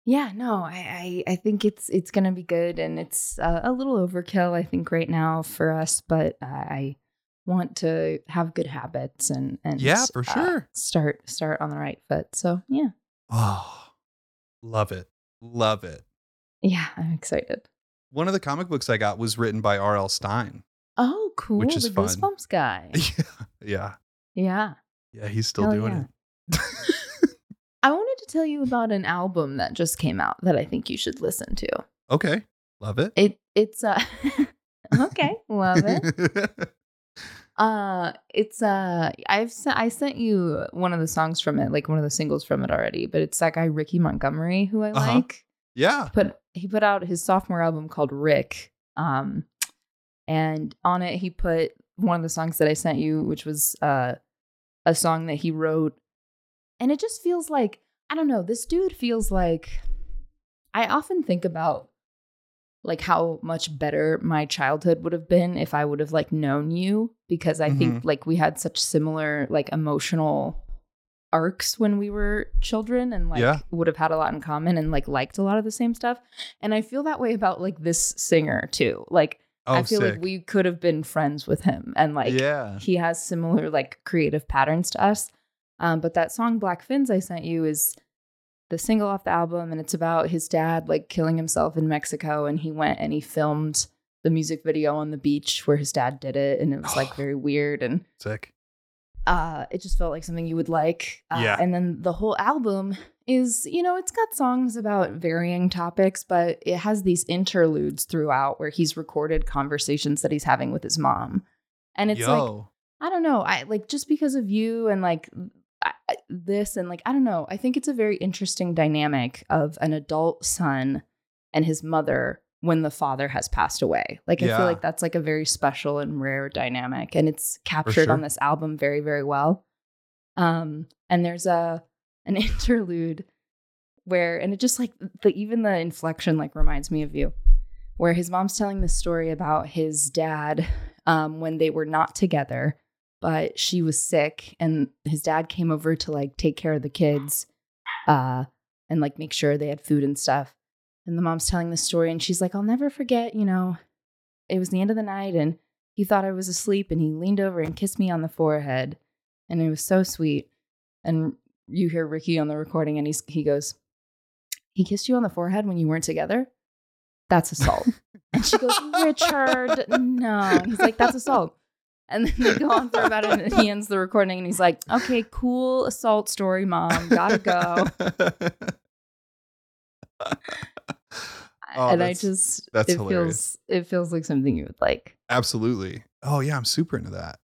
yeah no i i, I think it's it's gonna be good and it's uh, a little overkill i think right now for us but i want to have good habits and and Yeah, for uh, sure. start start on the right foot so yeah Oh, love it. Love it. yeah i'm excited One of the comic books I got was written by R.L. Stein. oh cool Which is the fun. goosebumps guy Yeah. Yeah. yeah Yeah. He's still Hell doing it. i wanted to tell you about an album that just came out that i think you should listen to okay. Love it. It it's uh okay, love it. Uh it's uh I've sent I sent you one of the songs from it, like one of the singles from it already, but it's that guy Ricky Montgomery who I Uh-huh. like. yeah. Put he put out his sophomore album called Rick. Um and on it he put one of the songs that I sent you, which was uh a song that he wrote. And it just feels like I don't know, this dude feels like I often think about like how much better my childhood would have been if I would have like known you because I think like we had such similar like emotional arcs when we were children and like Yeah. would have had a lot in common and like liked a lot of the same stuff. And I feel that way about like this singer too. Like Oh, I feel sick. like we could have been friends with him and like yeah. he has similar like creative patterns to us. Um, but that song Black Fins I sent you is the single off the album, and it's about his dad like killing himself in Mexico, and he went and he filmed the music video on the beach where his dad did it, and it was like very weird and Sick. uh, it just felt like something you would like. Uh, Yeah. And then the whole album is, you know, it's got songs about varying topics, but it has these interludes throughout where he's recorded conversations that he's having with his mom. And it's like, Yo. I don't know, I like just because of you and like I, I- this and like, I don't know, I think it's a very interesting dynamic of an adult son and his mother when the father has passed away. Like I Yeah. feel like that's like a very special and rare dynamic and it's captured on sure. this album very very well. Um and there's a an interlude where and it just like the even the inflection like reminds me of you where his mom's telling this story about his dad um when they were not together but she was sick and his dad came over to like take care of the kids uh and like make sure they had food and stuff and the mom's telling the story and she's like i'll never forget you know it was the end of the night and he thought i was asleep and he leaned over and kissed me on the forehead and it was so sweet and you hear ricky on the recording and he's, he goes he kissed you on the forehead when you weren't together that's assault and she goes richard no And he's like that's assault and then they go on for about an and he ends the recording and he's like okay cool assault story mom gotta go Oh, and I that's- just that's it hilarious. feels it feels like something you would like. Absolutely. Oh yeah, I'm super into that.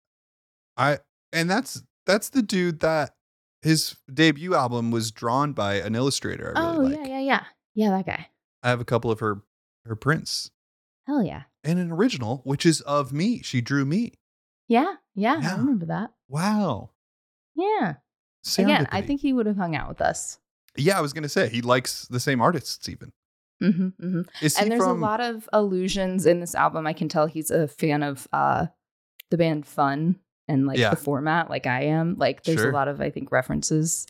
I and that's that's the dude that his debut album was drawn by an illustrator I really oh like. yeah, yeah, yeah, yeah. That guy. I have a couple of her her prints Hell yeah, and an original which is of me. She drew me. yeah, yeah. Yeah. I remember that. Wow. Uh, Yeah. Again, I Serendipity. think he would have hung out with us. Yeah, I was going to say he likes the same artists even. hmm hmm Is he And there's from a lot of allusions in this album. I can tell he's a fan of uh, the band Fun and like Yeah. the format, like I am. Like there's Sure. a lot of I think references,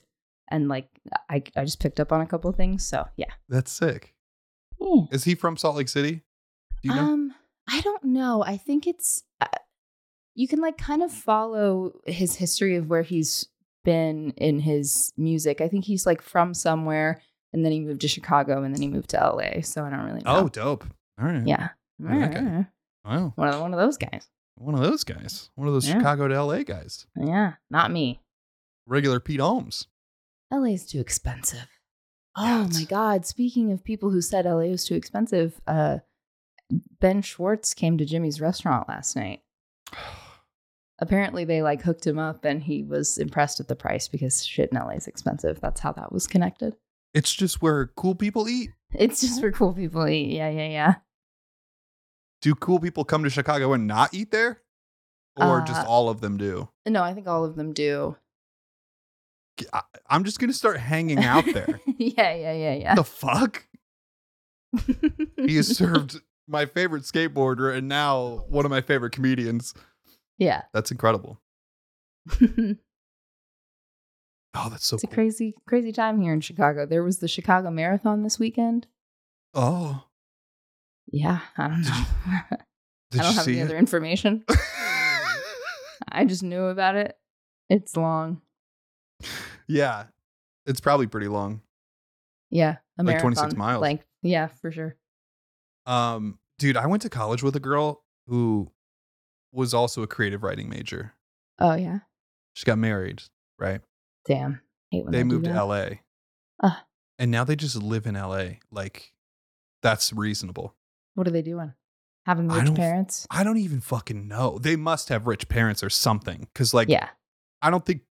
and like I I just picked up on a couple things. So yeah. That's sick. Yeah. Is he from Salt Lake City? Do you know? Um, I don't know. I think it's uh, you can like kind of follow his history of where he's been in his music. I think he's like from somewhere, and then he moved to Chicago, and then he moved to LA. So I don't really know. Oh, dope. All right. yeah, Oh, that guy. Mm, Wow. one of one of those guys. One of those guys. One of those Yeah. Chicago to LA guys. Yeah, not me. Regular Pete Holmes. LA's too expensive. Yeah, Oh it's- my God. Speaking of people who said LA was too expensive, uh, Ben Schwartz came to Jimmy's restaurant last night. Apparently, they like hooked him up and he was impressed at the price because shit in LA is expensive. That's how that was connected. It's just where cool people eat. It's just for cool people. to eat. Yeah, yeah, yeah. Do cool people come to Chicago and not eat there? Or just Uh, all of them do? No, I think all of them do. I, I'm just going to start hanging out there. yeah, yeah, yeah, yeah. the fuck? He has served my favorite skateboarder and now one of my favorite comedians. yeah. That's incredible. it's Oh, that's so a cool. crazy, crazy time here in Chicago. There was the Chicago Marathon this weekend. oh, Yeah, I don't Did know. did I don't you have see any it? other information. I just knew about it. It's long. yeah, it's probably pretty long. Yeah, a Like marathon. 26 miles. Like, yeah, for sure. Um, dude, I went to college with a girl who was also a creative writing major. Oh yeah. She got married, right? Damn. Hate when they do moved to that. LA. Ah. And now they just live in LA. Like, that's reasonable. What are they doing? Having I rich don't- parents. I don't even fucking know. They must have rich parents or something. Cause, like, yeah. I don't think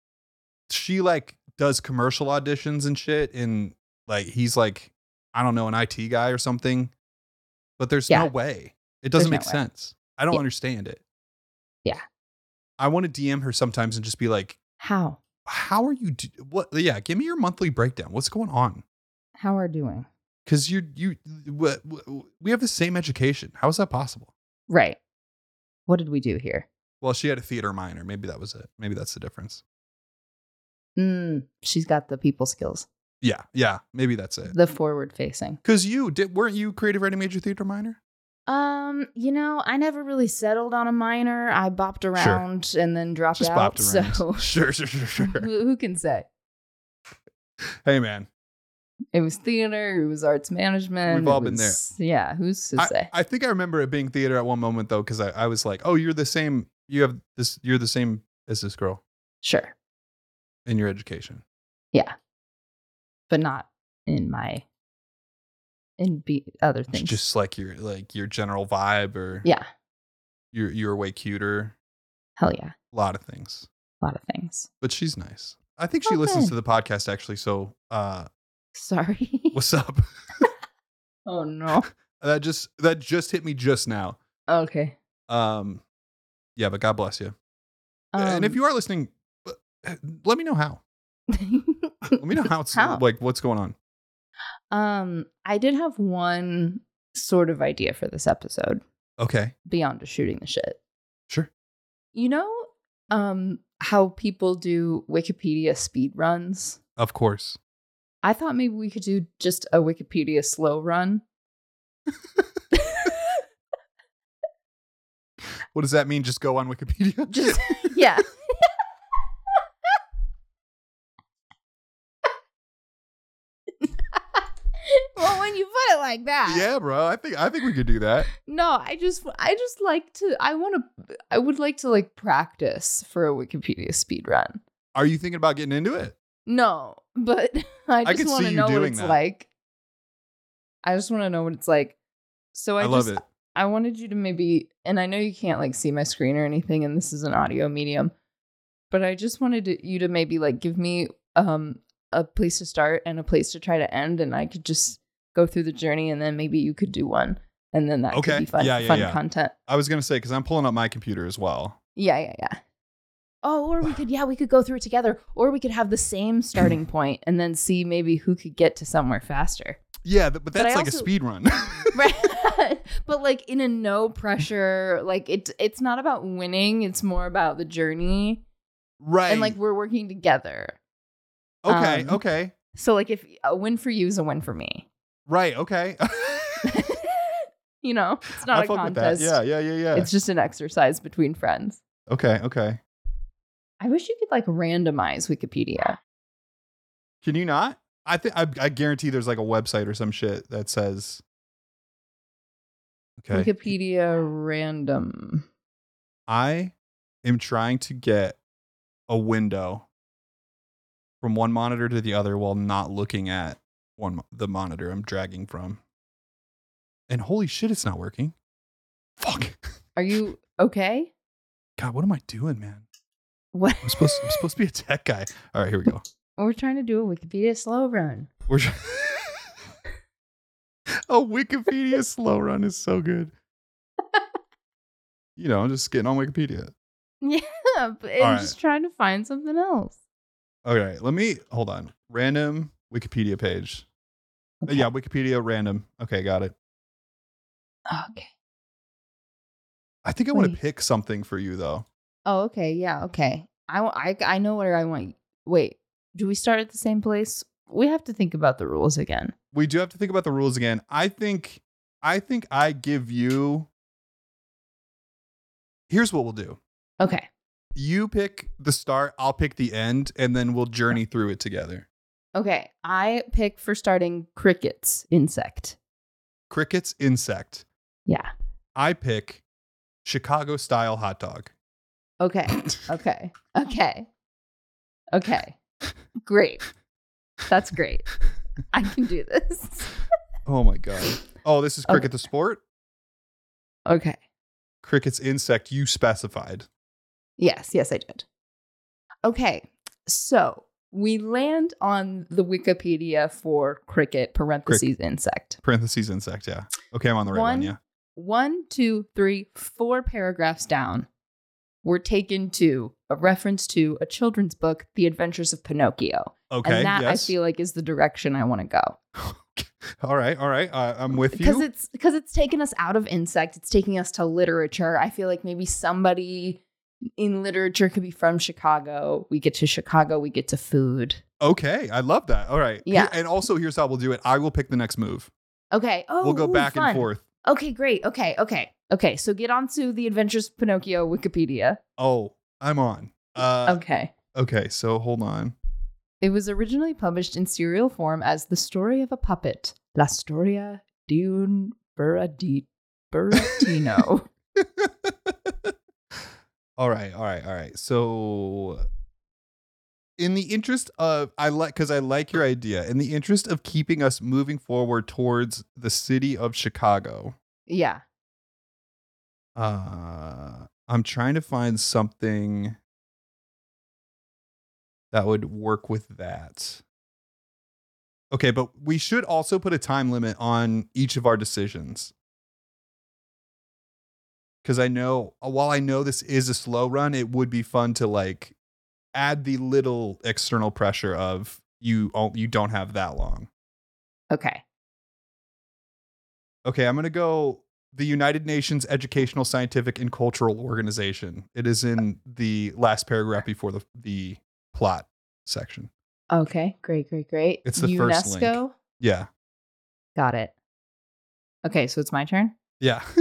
she, like, does commercial auditions and shit. And, like, he's, like, I don't know, an IT guy or something. But there's no Yeah. way. It doesn't no make way. sense. I don't Yeah. understand it. Yeah. I want to DM her sometimes and just be like, How? how are you? Do- what? Yeah. Give me your monthly breakdown. What's going on? How are doing? Because you you w- w- we have the same education. How is that possible? Right. What did we do here? Well, she had a theater minor. Maybe that was it. Maybe that's the difference. Mm, she's got the people skills, Yeah, yeah. Maybe that's it. the forward facing. Because you did, weren't you creative writing major, theater minor? Um, you know, I never really settled on a minor. I bopped around and then dropped Just out. bopped around. So Mm-hmm. Sure, sure, sure, sure. who, who can say? hey, man, It was theater. It was arts management. We've it all been there. was- Yeah. Who's to I, say? I think I remember it being theater at one moment though, because I, I was like, oh, you're the same. You have this. You're the same as this girl sure, in your education. but not in my in be other It's things. just like your like your general vibe, or yeah. you're you're way cuter. Hell yeah. A lot of things. A lot of things. but she's nice. I think she listens Okay. to the podcast actually. So, uh, Sorry. what's up? oh no. that just that just hit me just now. Okay. Um, yeah, but God bless you. and if Um, you are listening, uh, let me know how. Let me know how it's How? like what's going on. um, I did have one sort of idea for this episode Okay, beyond just shooting the shit. sure. You know, um, how people do Wikipedia speed runs. Of course. I thought maybe we could do just a Wikipedia slow run. What does that mean? Just go on Wikipedia. Just yeah. well, when you put it like that, yeah, bro. I think I think we could do that. No, I just I just like to I want to I would like to like practice for a Wikipedia speed run. Are you thinking about getting into it? No, but I I just could want see to you know what doing it's that. like. I just want to know what it's like. So I, I, love just, it. I wanted you to maybe, and I know you can't like see my screen or anything, and this is an audio medium, but I just wanted to, you to maybe like give me um a place to start and a place to try to end, and I could just go through the journey, and then maybe you could do one, and then that Okay. could be fun, Yeah, yeah, fun yeah. content. I was gonna say because I'm pulling up my computer as well. Yeah, yeah, yeah. Oh, or we could, yeah, we could go through it together, or we could have the same starting point and then see maybe who could get to somewhere faster. Yeah, th- but But I that's like a also- speed run. Right. but like in a no pressure, like it, it's not about winning, it's more about the journey. right. And like we're working together. okay, um, okay, So, like, if a win for you is a win for me, right, okay. you know, it's not a I fuck with that. contest. Yeah, yeah, yeah, yeah. It's just an exercise between friends. okay, okay. I wish you could like randomize Wikipedia. Can you not? I think I, I guarantee there's like a website or some shit that says. Okay, Wikipedia random. I am trying to get a window from one monitor to the other while not looking at one mo- the monitor I'm dragging from. And holy shit, it's not working. Fuck. Are you okay? God, what am I doing, man? What? I'm supposed I'm supposed to be a tech guy. All right, here we go. We're trying to do a Wikipedia slow run. We're Oh, tr- a Wikipedia slow run is so good. you know, just getting on Wikipedia. Yeah, but I'm All right. just trying to find something else. Okay, let me hold on. Random Wikipedia page. Uh, Yeah, Wikipedia random. Okay, got it. Okay. I think I want to Wait. pick something for you though. Oh, okay. Yeah. Okay. I, wa- I, I know where I want. Wait, do we start at the same place? We have to think about the rules again. We do have to think about the rules again. I think I think I give you Here's what we'll do. Okay. You pick the start, I'll pick the end, and then we'll journey through it together. Okay. I pick for starting crickets, insect. Crickets insect. Yeah. I pick Chicago style hot dog. Okay. Okay. Okay. Okay. Great. That's great. I can do this. Oh my god. Oh, this is cricket the sport. Okay. Cricket's insect you specified. Yes. Yes, I did. Okay. So we land on the Wikipedia for cricket, parentheses, insect. Parentheses insect, yeah. Okay, I'm on the right one, One. yeah. one, two, three, four paragraphs down, we're taken to a reference to a children's book, The Adventures of Pinocchio. Okay, and that yes. I feel like is the direction I want to go. all right, all right. Uh, I'm with Because you. it's because it's taken us out of insect, it's taking us to literature. I feel like maybe somebody in literature could be from Chicago. We get to Chicago, we get to food. okay, I love that. All right. Yeah. Here- And also, here's how we'll do it I will pick the next move. Okay. Oh, we'll go ooh, back fun. and forth. Okay, great. Okay, okay. Okay, so get on to the Adventures of Pinocchio Wikipedia. Oh, I'm on. Uh, Okay. okay. so hold on. It was originally published in serial form as The Story of a Puppet, La Storia di un Buradi- Burattino. all right, all right, all right. So, in the interest of, I like, because I like your idea, in the interest of keeping us moving forward towards the city of Chicago, yeah. Uh, I'm trying to find something that would work with that. Okay, but we should also put a time limit on each of our decisions. Cuz I know uh, while I know this is a slow run, it would be fun to like add the little external pressure of you o- you don't have that long. Okay. Okay, I'm going to go the United Nations Educational, Scientific, and Cultural Organization. It is in the last paragraph before the, the plot section. Okay. Great, great, great. It's the UNESCO. first link. Yeah. Got it. Okay, so it's my turn? Yeah.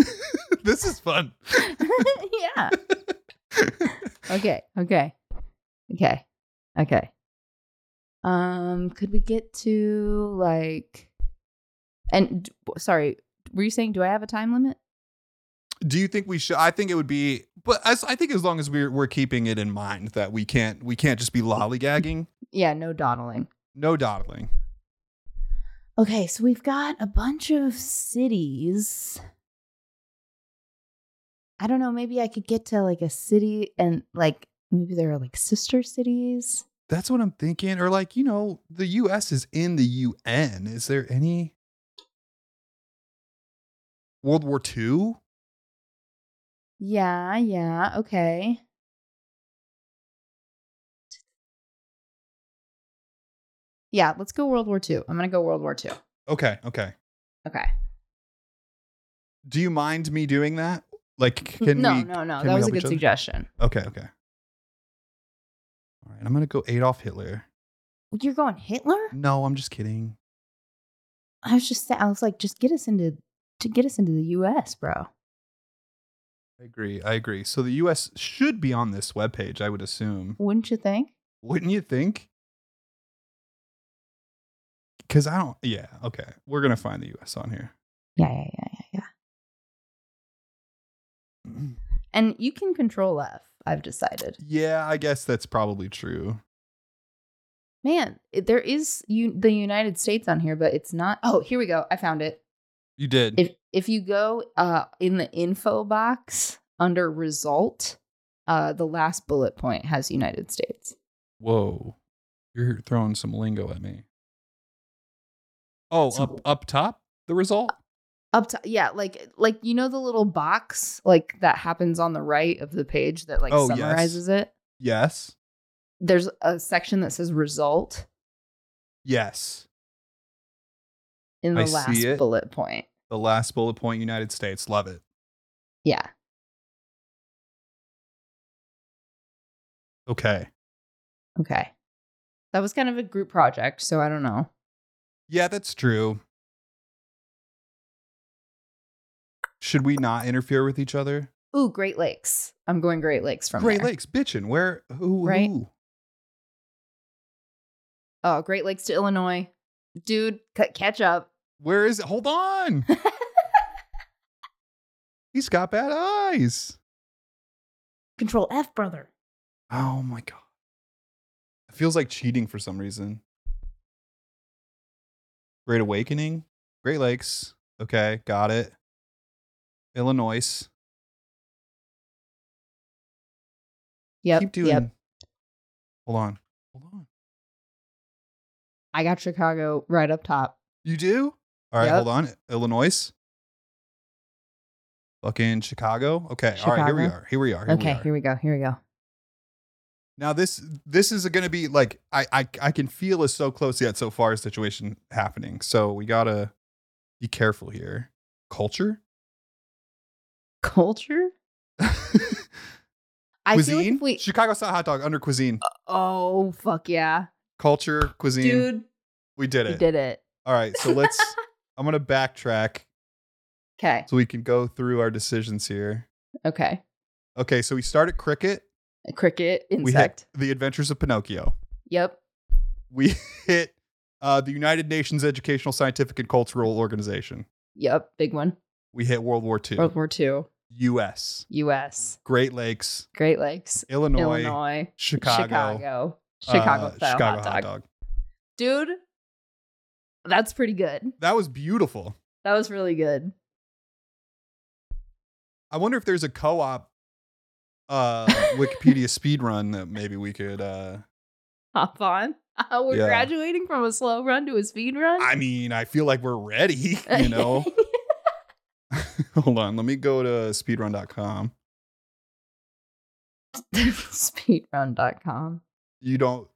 this is fun. yeah. Okay. Okay. Okay. Okay. Um, could we get to like and d- sorry, were you saying do I have a time limit? Do you think we should? I think it would be, but as, I think as long as we're we're keeping it in mind that we can't we can't just be lollygagging, Yeah, no dawdling. no dawdling. Okay, so we've got a bunch of cities. I don't know, maybe I could get to like a city and like maybe there are like sister cities. That's what I'm thinking. Or like you know, the U.S. is in the UN. Is there any World War II? Yeah, yeah, okay. Yeah, let's go World War II. I'm going to go World War II. Okay, okay. Okay. Do you mind me doing that? Like, can no, we? no, no. can That we help was a each good other? suggestion. Okay, okay. All right, I'm gonna go Adolf Hitler. You're going Hitler? No, I'm just kidding. I was just saying, I was like, just get us into to get us into the U.S., bro. I agree. I agree. So the U.S. should be on this webpage, I would assume. Wouldn't you think? Wouldn't you think? Because I don't. Yeah. Okay. We're gonna find the U.S. on here. Yeah, yeah, yeah, yeah, yeah. And you can control F. I've decided. Yeah, I guess that's probably true. Man, it- there is you the United States on here, but it's not. Oh, here we go. I found it. You did. If if you go uh in the info box under result, uh the last bullet point has United States. Whoa, you're throwing some lingo at me. Oh, So- up up top, the result. Up top, yeah, like like you know the little box like that happens on the right of the page that like Oh, yes. summarizes it. Yes. There's a section that says result Yes. in the I see last it. bullet point. The last bullet point, United States. Love it. Yeah. Okay. Okay. That was kind of a group project, so I don't know. Yeah, that's true. Should we not interfere with each other? Ooh, Great Lakes. I'm going Great Lakes from Great there. Lakes, bitchin'. Where? Who? Right? who? Oh, Great Lakes to Illinois. Dude, c- catch up. Where is it? Hold on. He's got bad eyes. Control F, brother. Oh my god. It feels like cheating for some reason. Great Awakening, Great Lakes. Okay, got it. Illinois. Yep. Keep doing. Yep. Hold on. Hold on. I got Chicago right up top. You do? All right, Yep. hold on. Illinois. Fucking Chicago. Okay. All right, here we Chicago. are. Here we are. Here we okay, are. here we go. Here we go. Now this this is going to be like I, I I can feel is so close yet so far situation happening. So we gotta be careful here. Culture, Culture? I feel like cuisine, if we Chicago style hot dog under cuisine, Oh fuck yeah. culture, cuisine. Dude, we did you it. did it. All right, so let's. I'm gonna backtrack Okay. so we can go through our decisions here. Okay. Okay, so we start at cricket. Cricket, We hit insect. the Adventures of Pinocchio. Yep. We hit uh, the United Nations Educational, Scientific, and Cultural Organization. Yep. Big one. We hit World War II. World War II. U.S. US. Great Lakes, Great Lakes. Illinois, Illinois. Chicago, Chicago. uh, Chicago style Chicago hot, dog. Dude, that's pretty good. That was beautiful. That was really good. I wonder if there's a co-op uh, Wikipedia speed run that maybe we could. Uh, Hop on. Uh, we're Yeah. graduating from a slow run to a speed run. I mean, I feel like we're ready. You know. Hold on, let me go to speedrun.com. Speedrun.com. You don't.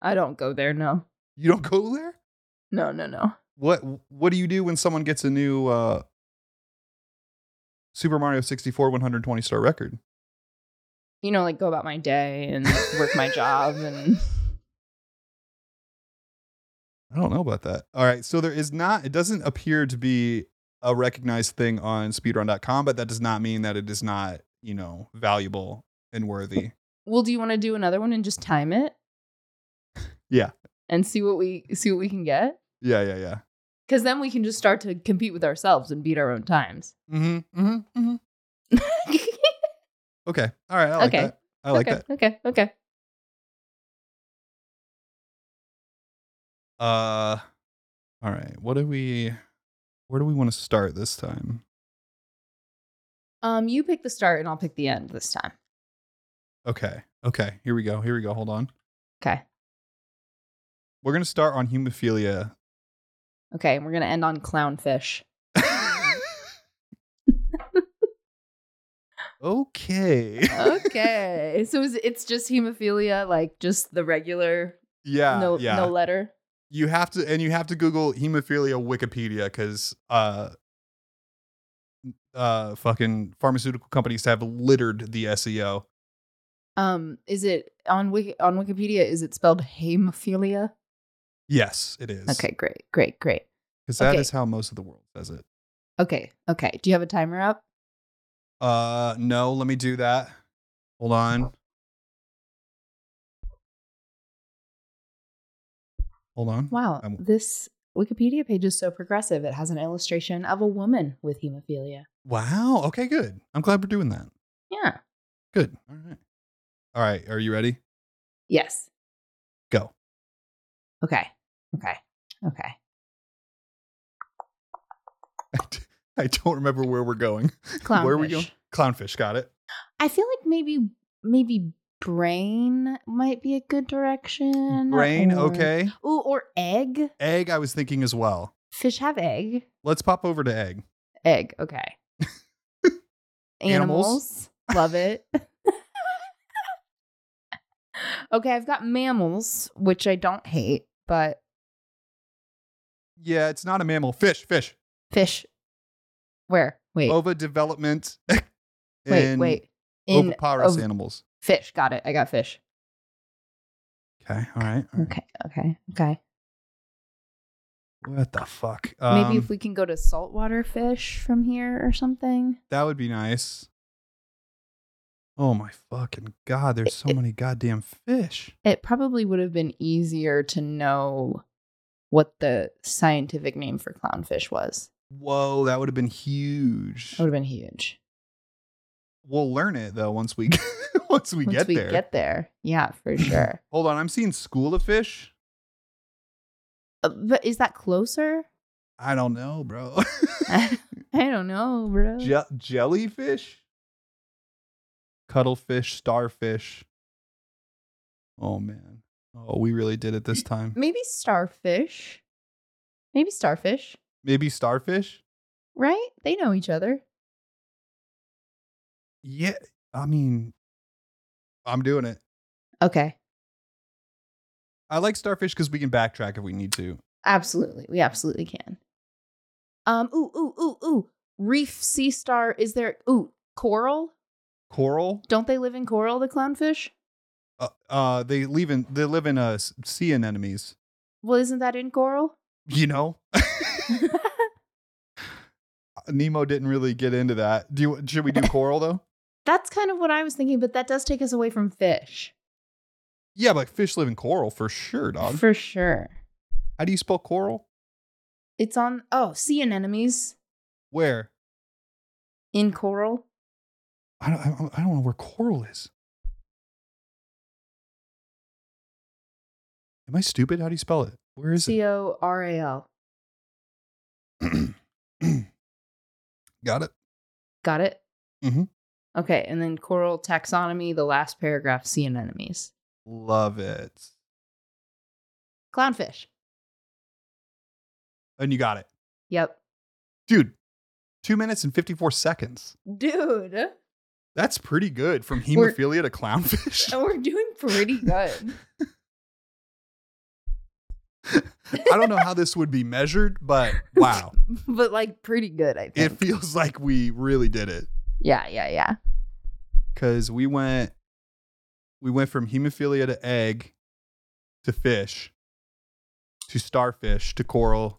I don't go there. No. You don't go there. No, no, no. What What do you do when someone gets a new uh, Super Mario 64 120 star record? You know, like go about my day and work my job and I don't know about that. All right. So there is not, it doesn't appear to be a recognized thing on speedrun.com, but that does not mean that it is not, you know, valuable and worthy. Well, do you want to do another one and just time it? Yeah. And see what we see what we can get? Yeah. Yeah. Yeah. Cuz then we can just start to compete with ourselves and beat our own times. Mm-hmm. Mm-hmm. mm-hmm. Okay. All right. I like Okay. that. I like okay, Okay, okay. that. Uh, all right. What do we, where do we want to start this time? Um you pick the start and I'll pick the end this time. Okay. Okay. Here we go. Here we go. Hold on. Okay. We're going to start on hemophilia. Okay, and we're going to end on clownfish. okay. Okay. so is, it's just hemophilia like just the regular Yeah. no yeah. no letter? you have to and you have to google hemophilia wikipedia because uh uh fucking pharmaceutical companies have littered the E seo Um is it on Wiki- on Wikipedia is it spelled hemophilia? yes it is Okay, great. Great, great. because that is okay. how most of the world says it Okay. Okay. Do you have a timer up? uh no let me do that hold on hold on Wow. Mm-hmm. I'm- this Wikipedia page is so progressive. It has an illustration of a woman with hemophilia. wow okay good i'm glad we're doing that Yeah. good all right all right are you ready Yes. go Okay. Okay. Okay. i don't remember where we're going Clownfish. where are we going clownfish got it I feel like maybe maybe brain might be a good direction. Brain, or- okay. Ooh, or egg. Egg, I was thinking as well. Fish have egg. Let's pop over to egg. Egg. Okay. Animals. Animals. Love it. okay, I've got mammals, which I don't hate, but Yeah, it's not a mammal. Fish, fish. fish. Where? Wait. Ova development. wait, in wait. In oviparous ov- animals. fish. Got it. I got fish. Okay, all right. all right. Okay. Okay. Okay. What the fuck? Mm. Maybe Um, if we can go to saltwater fish from here or something. That would be nice. Oh my fucking god, there's so It- many goddamn fish. It probably would have been easier to know what the scientific name for clownfish was. Whoa, that would have been huge. It would have been huge. We'll learn it though once we once we Once get we there. get there. Yeah, for sure. Hold on, I'm seeing school of fish. Uh, but is that closer? I don't know, bro. I don't know, bro. Je- jellyfish, cuttlefish, starfish. Oh man. Oh, we really did it this time. Maybe starfish. Maybe starfish, Maybe starfish? right? They know each other. Yeah, I mean I'm doing it. Okay. I like starfish cuz we can backtrack if we need to. Absolutely. We absolutely can. Um, ooh, ooh, ooh, ooh. Reef sea star. Is there ooh, coral? Coral? Don't they live in coral, the clownfish? Uh, uh they live in they live in uh s- sea anemones, Well, isn't that in coral? you know? Nemo didn't really get into that. Do you should we do coral though? That's kind of what I was thinking, but that does take us away from fish. Yeah, but fish live in coral for sure, dog. For sure. How do you spell coral? It's on oh, sea anemones Where? in coral. I don't, I don't- I don't know where coral is. Am I stupid? How do you spell it? Where is C O R A L. it? Got it. Got it? Mhm. Okay, and then coral taxonomy, the last paragraph, sea anemones. Love it. Clownfish. And you got it. Yep. Dude, two minutes and 54 seconds. Dude. That's pretty good from We're- hemophilia to clownfish. And we're doing pretty good. I don't know how this would be measured, but wow. but like pretty good, I It think. feels like we really did it. yeah, yeah, yeah. because we went we went from hemophilia to egg to fish to starfish to coral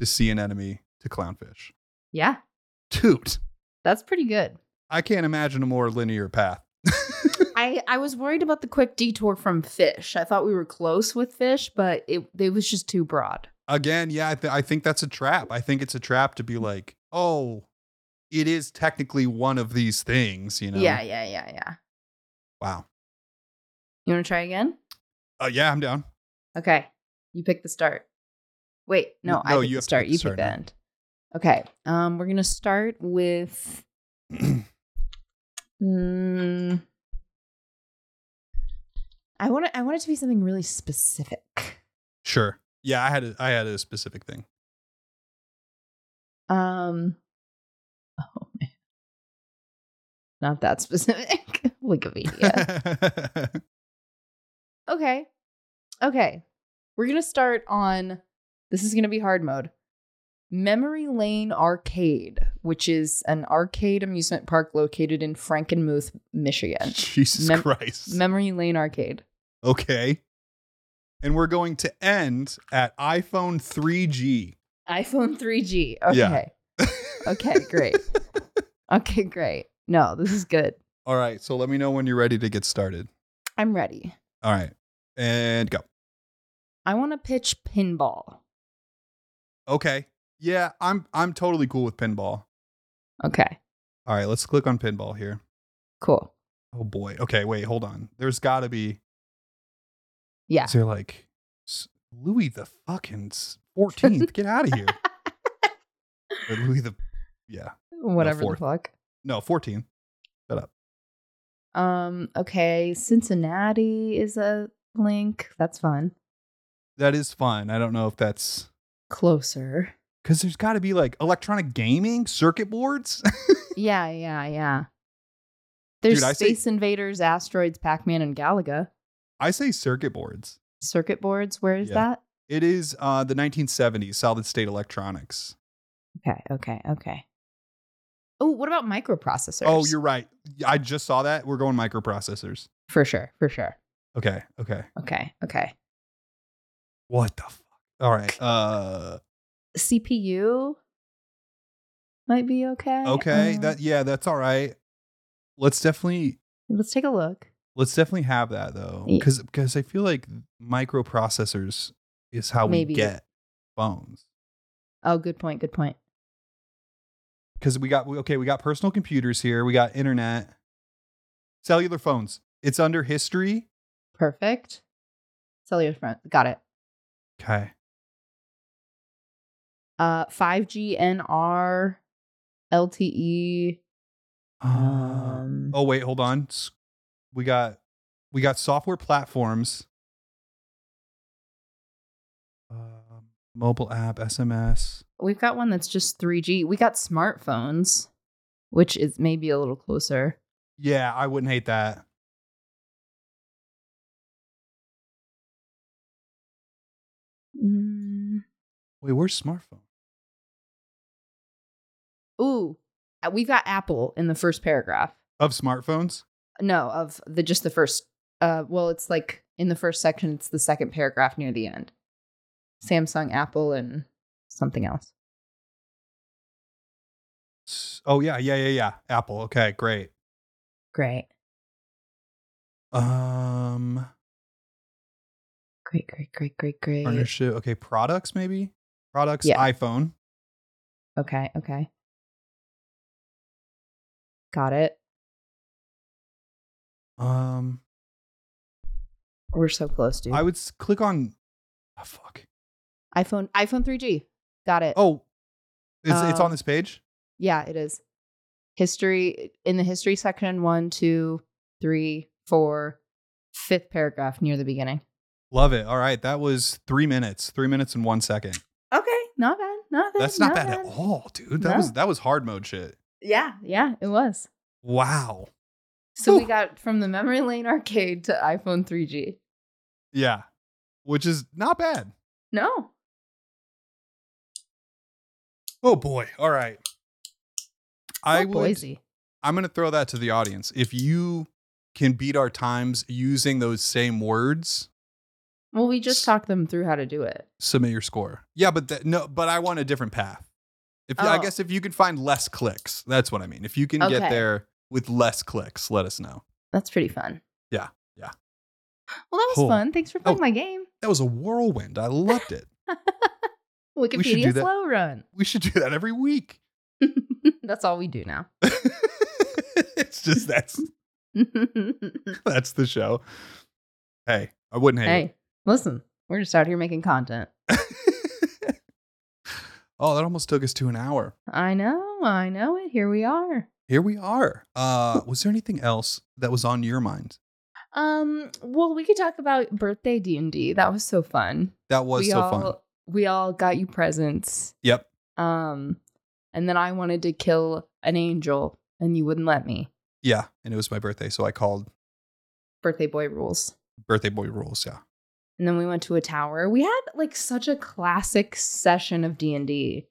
to sea anemone to clownfish Yeah. dude That's pretty good. i can't imagine a more linear path I, I was worried about the quick detour from fish. I thought we were close with fish, but it it was just too broad. again yeah I, th- I think that's a trap i think it's a trap to be like oh it is technically one of these things you know Yeah, yeah, yeah, yeah. wow You want to try again? uh, yeah i'm down Okay. You pick the start. Wait, no, N- I no, pick you the have to start. pick the you start pick the now. end. Okay. Um, we're gonna start with mm, I want to. I want it to be something really specific. sure yeah i had a, i had a specific thing Um, oh man, not that specific. Wikipedia. okay, okay, we're gonna start on. This is gonna be hard mode. Memory Lane Arcade, which is an arcade amusement park located in Frankenmuth, Michigan. jesus Mem- christ Memory Lane Arcade. Okay. And we're going to end at iPhone 3G. iPhone 3G. Okay. Yeah. Okay, great. okay, great. No, this is good. All right. So let me know when you're ready to get started. I'm ready. All right. And go. I want to pitch pinball. Okay. Yeah, I'm I'm totally cool with pinball. Okay, All right, let's click on pinball here. cool. Oh boy. Okay, wait, hold on. There's got to be Yeah. Is there like s- Louis the fucking s- 14th? Get out of here. Or Louis the Yeah. Whatever the fourth. fuck. No, 14th. Um, okay, Cincinnati is a link. That's fun. That is fun. I don't know if that's closer. Because there's got to be like electronic gaming, circuit boards. Yeah, yeah, yeah. There's Dude, I say- Space Invaders, Asteroids, Pac Man, and Galaga. I say circuit boards. Circuit boards, where is Yeah. that? It is uh, the 1970s solid state electronics. Okay, okay, okay. Oh, what about microprocessors? Oh, you're right. I just saw that. We're going microprocessors. for sure, for sure. Okay. Okay. Okay, okay. What the fuck? All right. Uh CPU might be okay. okay. Uh, That yeah, that's all right. Let's definitely let's take a look. let's definitely have that though. Ye- Cuz I feel like microprocessors is how Maybe. we get phones. Oh, good point. Good point. Cuz we got we- okay, we got personal computers here, we got internet, cellular phones. It's under history. Perfect. Cellular front. Got it. Okay. Uh, 5G NR, LTE. Uh, E, Um, oh wait, hold on. S- We got we got software platforms. Um, mobile app, SMS. We've got one that's just 3G. We got smartphones, which is maybe a little closer. Yeah, I wouldn't hate that. Mm. Wait, where's smartphone? Ooh, uh, we've got Apple in the first paragraph. Of smartphones? No, of the just the first. Uh, well, it's like in the first section. It's the second paragraph near the end. Samsung, Apple, and something else. S- Oh yeah, yeah, yeah, yeah. Apple. Okay, great. Great, Um great, great, great, great, Eh. great. partnership. Okay, products maybe? Products, Yeah. iPhone. Okay, okay. Got it. Um We're so close, dude. I would s- click on oh, fuck. iPhone, iPhone 3G. Got it. Oh. It's it's Um, on this page? Yeah, it is. History in the history section one, two, three, four, fifth paragraph near the beginning. Love it. All right. That was three minutes, three minutes and one second. Okay. Not bad. Not bad. That's not bad at all, dude. That No. was that was hard mode shit. Yeah. Yeah, it was. Wow. So we Ooh. got from the memory lane arcade to iPhone 3G. Yeah. Which is not bad. No. Oh boy. All right. I Oh, would Boise. I'm gonna throw that to the audience. If you can beat our times using those same words, Well, we just talked them through how to do it. submit your score. Yeah, but that, no, but I want a different path. If I Oh. guess if you can find less clicks, that's what I mean. If you can Okay. get there with less clicks, let us know. That's pretty fun. Yeah, yeah. Well, that was Cool. fun. Thanks for playing Oh. my game. That was a whirlwind. I loved it. Wikipedia do that. slow run. we should do that every week. That's all we do now. it's just that's that's the show. Hey, I wouldn't hate it. hey, listen, we're just out here making content. Oh, that almost took us to an hour. I know, I know it. Here we are. Here we are. Uh, was there anything else that was on your mind? Um, well, we could talk about birthday D and D. That was so fun. That was we so all, fun. We all got you presents. Yep. Um, and then I wanted to kill an angel, and you wouldn't let me. Yeah, and it was my birthday, so I called Birthday boy rules. birthday boy rules. Yeah. And then we went to a tower. We had like such a classic session of D and D,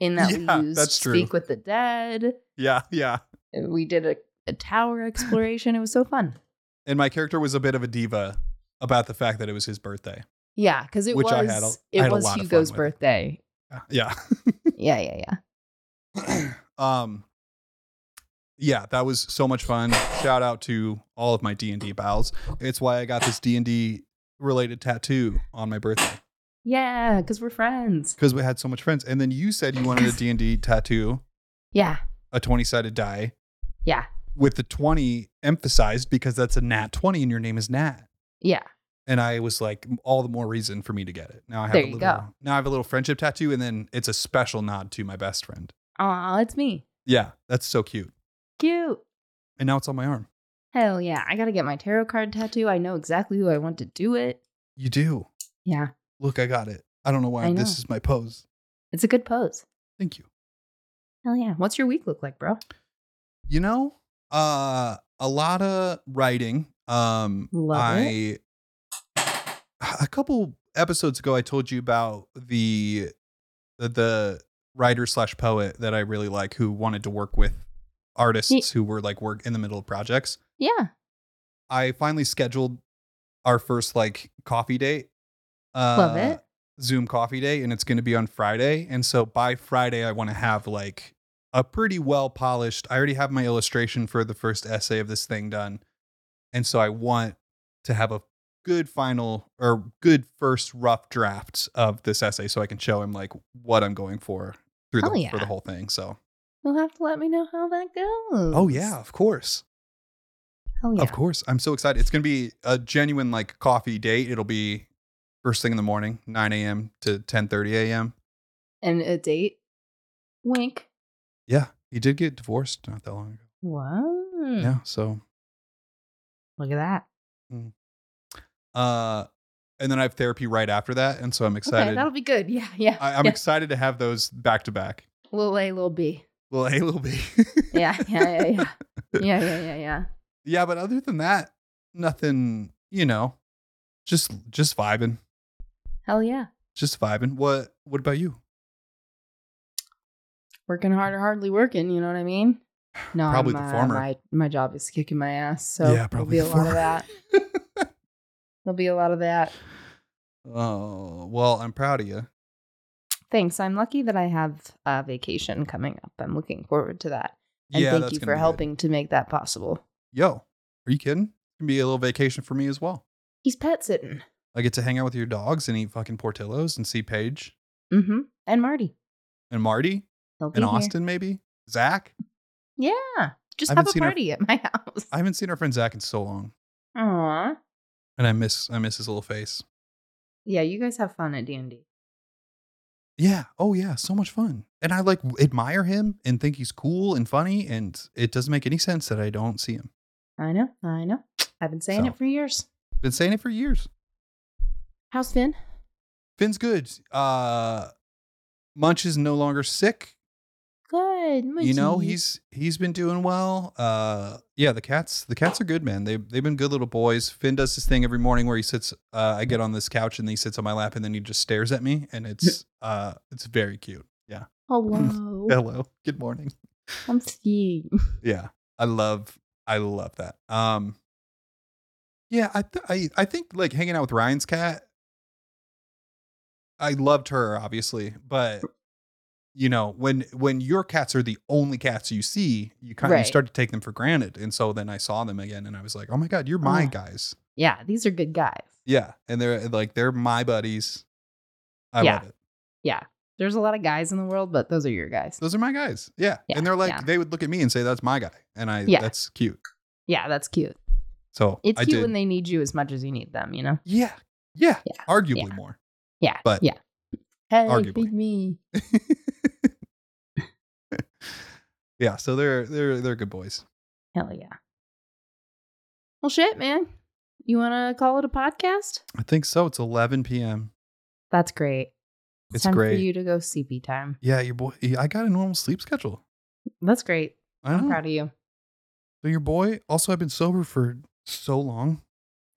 in that Yeah, we used that's true. Speak with the Dead. Yeah, yeah. We did a, a tower exploration. it was so fun. And my character was a bit of a diva about the fact that it was his birthday. Yeah, because it Which was I had a- it I had a was lot of fun Hugo's with. birthday. Yeah. Yeah, yeah, yeah. um yeah, that was so much fun. Shout out to all of my D&D pals. It's why I got this D&D related tattoo on my birthday Yeah, because we're friends. because we had so much friends. And then you said you wanted a D&D tattoo, Yeah, a 20-sided die. yeah, with the 20 emphasized because that's a nat 20 and your name is nat yeah. and i was like all the more reason for me to get it now i have There a you little go. now i have a little friendship tattoo and then it's a special nod to my best friend Aw, it's me. yeah that's so cute Cute. and now it's on my arm Hell yeah. I gotta get my tarot card tattoo. I know exactly who I want to do it. you do Yeah. look i got it I don't know why I know. this is my pose. It's a good pose. Thank you. Hell yeah. What's your week look like, bro? You know, uh, a lot of writing. Um, Love I it. a couple episodes ago, I told you about the the, the writer slash poet that I really like who wanted to work with artists Ye- who were like work in the middle of projects. Yeah. I finally scheduled our first like coffee date. Uh, Love it. Zoom coffee day, and it's going to be on Friday. And so by Friday, I want to have like a pretty well polished. I already have my illustration for the first essay of this thing done, and so I want to have a good final or good first rough draft of this essay, so I can show him like what I'm going for through the, Hell yeah. for the whole thing. So, You'll have to let me know how that goes. oh yeah, of course. Hell yeah. Of course. I'm so excited. It's going to be a genuine like coffee date. It'll be first thing in the morning, 9 a.m. to 10:30 a.m. And a date. Wink. Yeah. He did get divorced not that long ago. Wow. Yeah. So, Look at that. uh, and then I have therapy right after that. And so I'm Okay, excited. that'll be good. Yeah, yeah. I, I'm yeah. excited to have those back to back. little A, little B. Well, A little B. Yeah, yeah, yeah, yeah. yeah, yeah, yeah, yeah. Yeah. But other than that, nothing, you know, just, just vibing, Hell yeah. just vibing. What, what about you? Working hard or hardly working, you know what I mean? No, Probably the I'm, uh, former. My, my job is kicking my ass, so Yeah, probably there'll be the a lot of former. that. There'll be a lot of that. Oh, well, I'm proud of you. Thanks. I'm lucky that I have a vacation coming up. I'm looking forward to that. And yeah. thank that's you gonna for be good. helping to make that possible. yo, are you kidding? It can be a little vacation for me as well. He's pet sitting. I get to hang out with your dogs and eat fucking Portillos and see Paige Mm-hmm. And Marty. and Marty He'll be and here. Austin, maybe Zach. Yeah. Just I have haven't a seen her- party at my house. I haven't seen our friend Zach in so long, Aw. and I miss I miss his little face. Yeah, you guys have fun at D and D. Yeah. Oh yeah. So much fun. And I like admire him and think he's cool and funny. And it doesn't make any sense that I don't see him. I know, I know. I've been saying So. it for years. Been saying it for years. How's Finn? Finn's good. Uh, Munch is no longer sick. Good. you know Munchie. he's he's been doing well uh yeah the cats the cats are good man they, they've been good little boys finn does this thing every morning where he sits uh i get on this couch and he sits on my lap and then he just stares at me and it's uh it's very cute yeah hello. hello good morning I'm Finn. yeah i love i love that um yeah i th- I, I think like hanging out with ryan's cat i loved her obviously but you know when when your cats are the only cats you see you kind of Right. start to take them for granted and so then i saw them again and i was like oh my god you're my Ah. guys Yeah, these are good guys. yeah and they're like they're my buddies i Yeah. love it There's a lot of guys in the world, but those are your guys. those are my guys yeah, Yeah, and they're like yeah. they would look at me and say that's my guy and i Yeah. that's cute Yeah, that's cute. so It's I cute did. when they need you as much as you need them, you know? Yeah. Yeah. Yeah. Arguably more. Yeah. But- yeah. Hey, Arguably. feed me. Yeah. So they're they're they're good boys. Hell yeah. Well shit, man. You wanna call it a podcast? I think so. It's 11 p.m. That's great. It's time great. for you to go sleepy time. Yeah, your boy. I got a normal sleep schedule. That's great. I I'm know. proud of you. So your boy. Also, I've been sober for so long.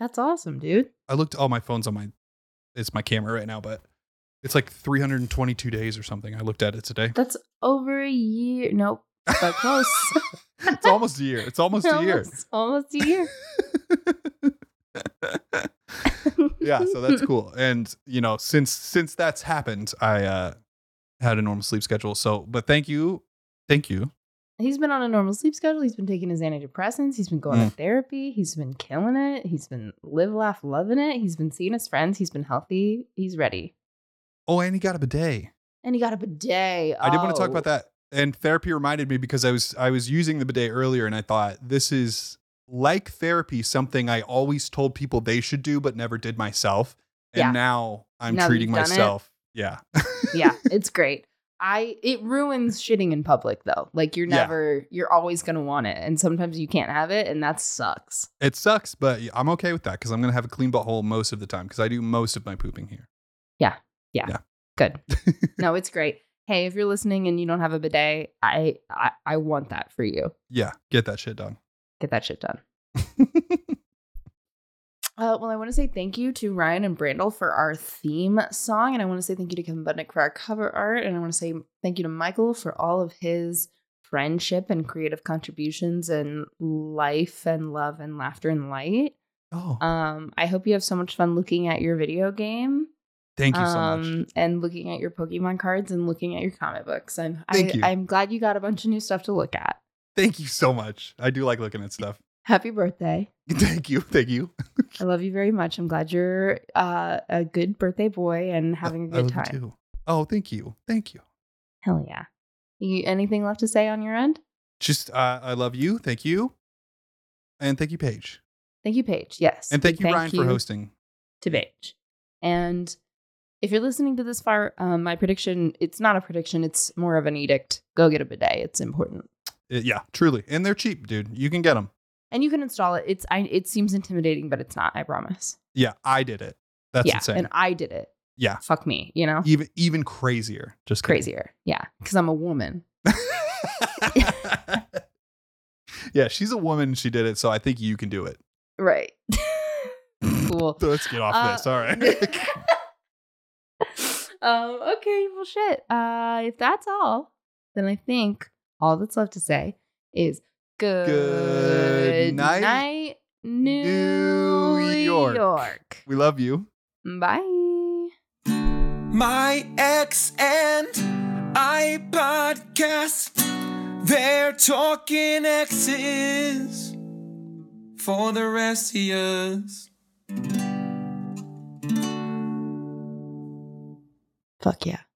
That's awesome, dude. I looked. Oh, my phone's on my. It's my camera right now, but it's like 322 days or something. I looked at it today. That's over a year. Nope. But close. it's almost a year. It's almost a year. Almost, almost a year. yeah so that's cool and you know since since that's happened i uh had a normal sleep schedule so but thank you thank you He's been on a normal sleep schedule. He's been taking his antidepressants. He's been going Mm. to therapy. He's been killing it. He's been live, laugh, loving it. He's been seeing his friends. He's been healthy. He's ready. oh and he got a bidet And he got a bidet. i did want to talk about Oh. that and therapy reminded me because i was i was using the bidet earlier and i thought this is like therapy something i always told people they should do but never did myself and Yeah. now i'm Now that treating you've done it. myself yeah yeah, it's great. I it ruins shitting in public though. Like you're Yeah. never you're always gonna want it. And sometimes you can't have it, and that sucks. it sucks but i'm okay with that because i'm gonna have a clean butthole most of the time because i do most of my pooping here Yeah. Yeah. Good. no, it's great. Hey, if you're listening and you don't have a bidet, I, I I want that for you. Yeah, get that shit done. Get that shit done. Uh, well, I want to say thank you to Ryan and Brandel for our theme song, and I want to say thank you to Kevin Budnick for our cover art, and I want to say thank you to Michael for all of his friendship and creative contributions and life and love and laughter and light. oh, Um, I hope you have so much fun looking at your video game. um, thank you so much. And looking at your Pokemon cards and looking at your comic books. I'm Thank I, you. I'm glad you got a bunch of new stuff to look at. Thank you so much. I do like looking at stuff. Happy birthday. Thank you. Thank you. I love you very much. I'm glad you're uh, a good birthday boy and having a I good love you time. too. Oh, thank you. Thank you. Hell yeah. You anything left to say on your end? Just uh, I love you. Thank you. And thank you, Paige. Thank you, Paige. Yes. And thank Big you, Ryan, for hosting. To Paige. And if you're listening to this far, um, my prediction, it's not a prediction, it's more of an edict. Go get a bidet. It's important. Uh, yeah, truly. And they're cheap, dude. You can get them. And you can install it. It's I it seems intimidating, but it's not, I promise. Yeah, I did it. That's yeah. insane. And I did it. yeah, Fuck me, you know? even even crazier. Just kidding. Crazier. Yeah. Because I'm a woman. yeah, she's a woman. She did it, so I think you can do it. Right. cool. Let's get off Uh, this. All right. um, okay, well, shit. Uh, if that's all, then I think all that's left to say is good, Good night, night, New, New York. York. we love you. Bye. My ex and I podcast. They're talking exes for the rest of us. Fuck yeah.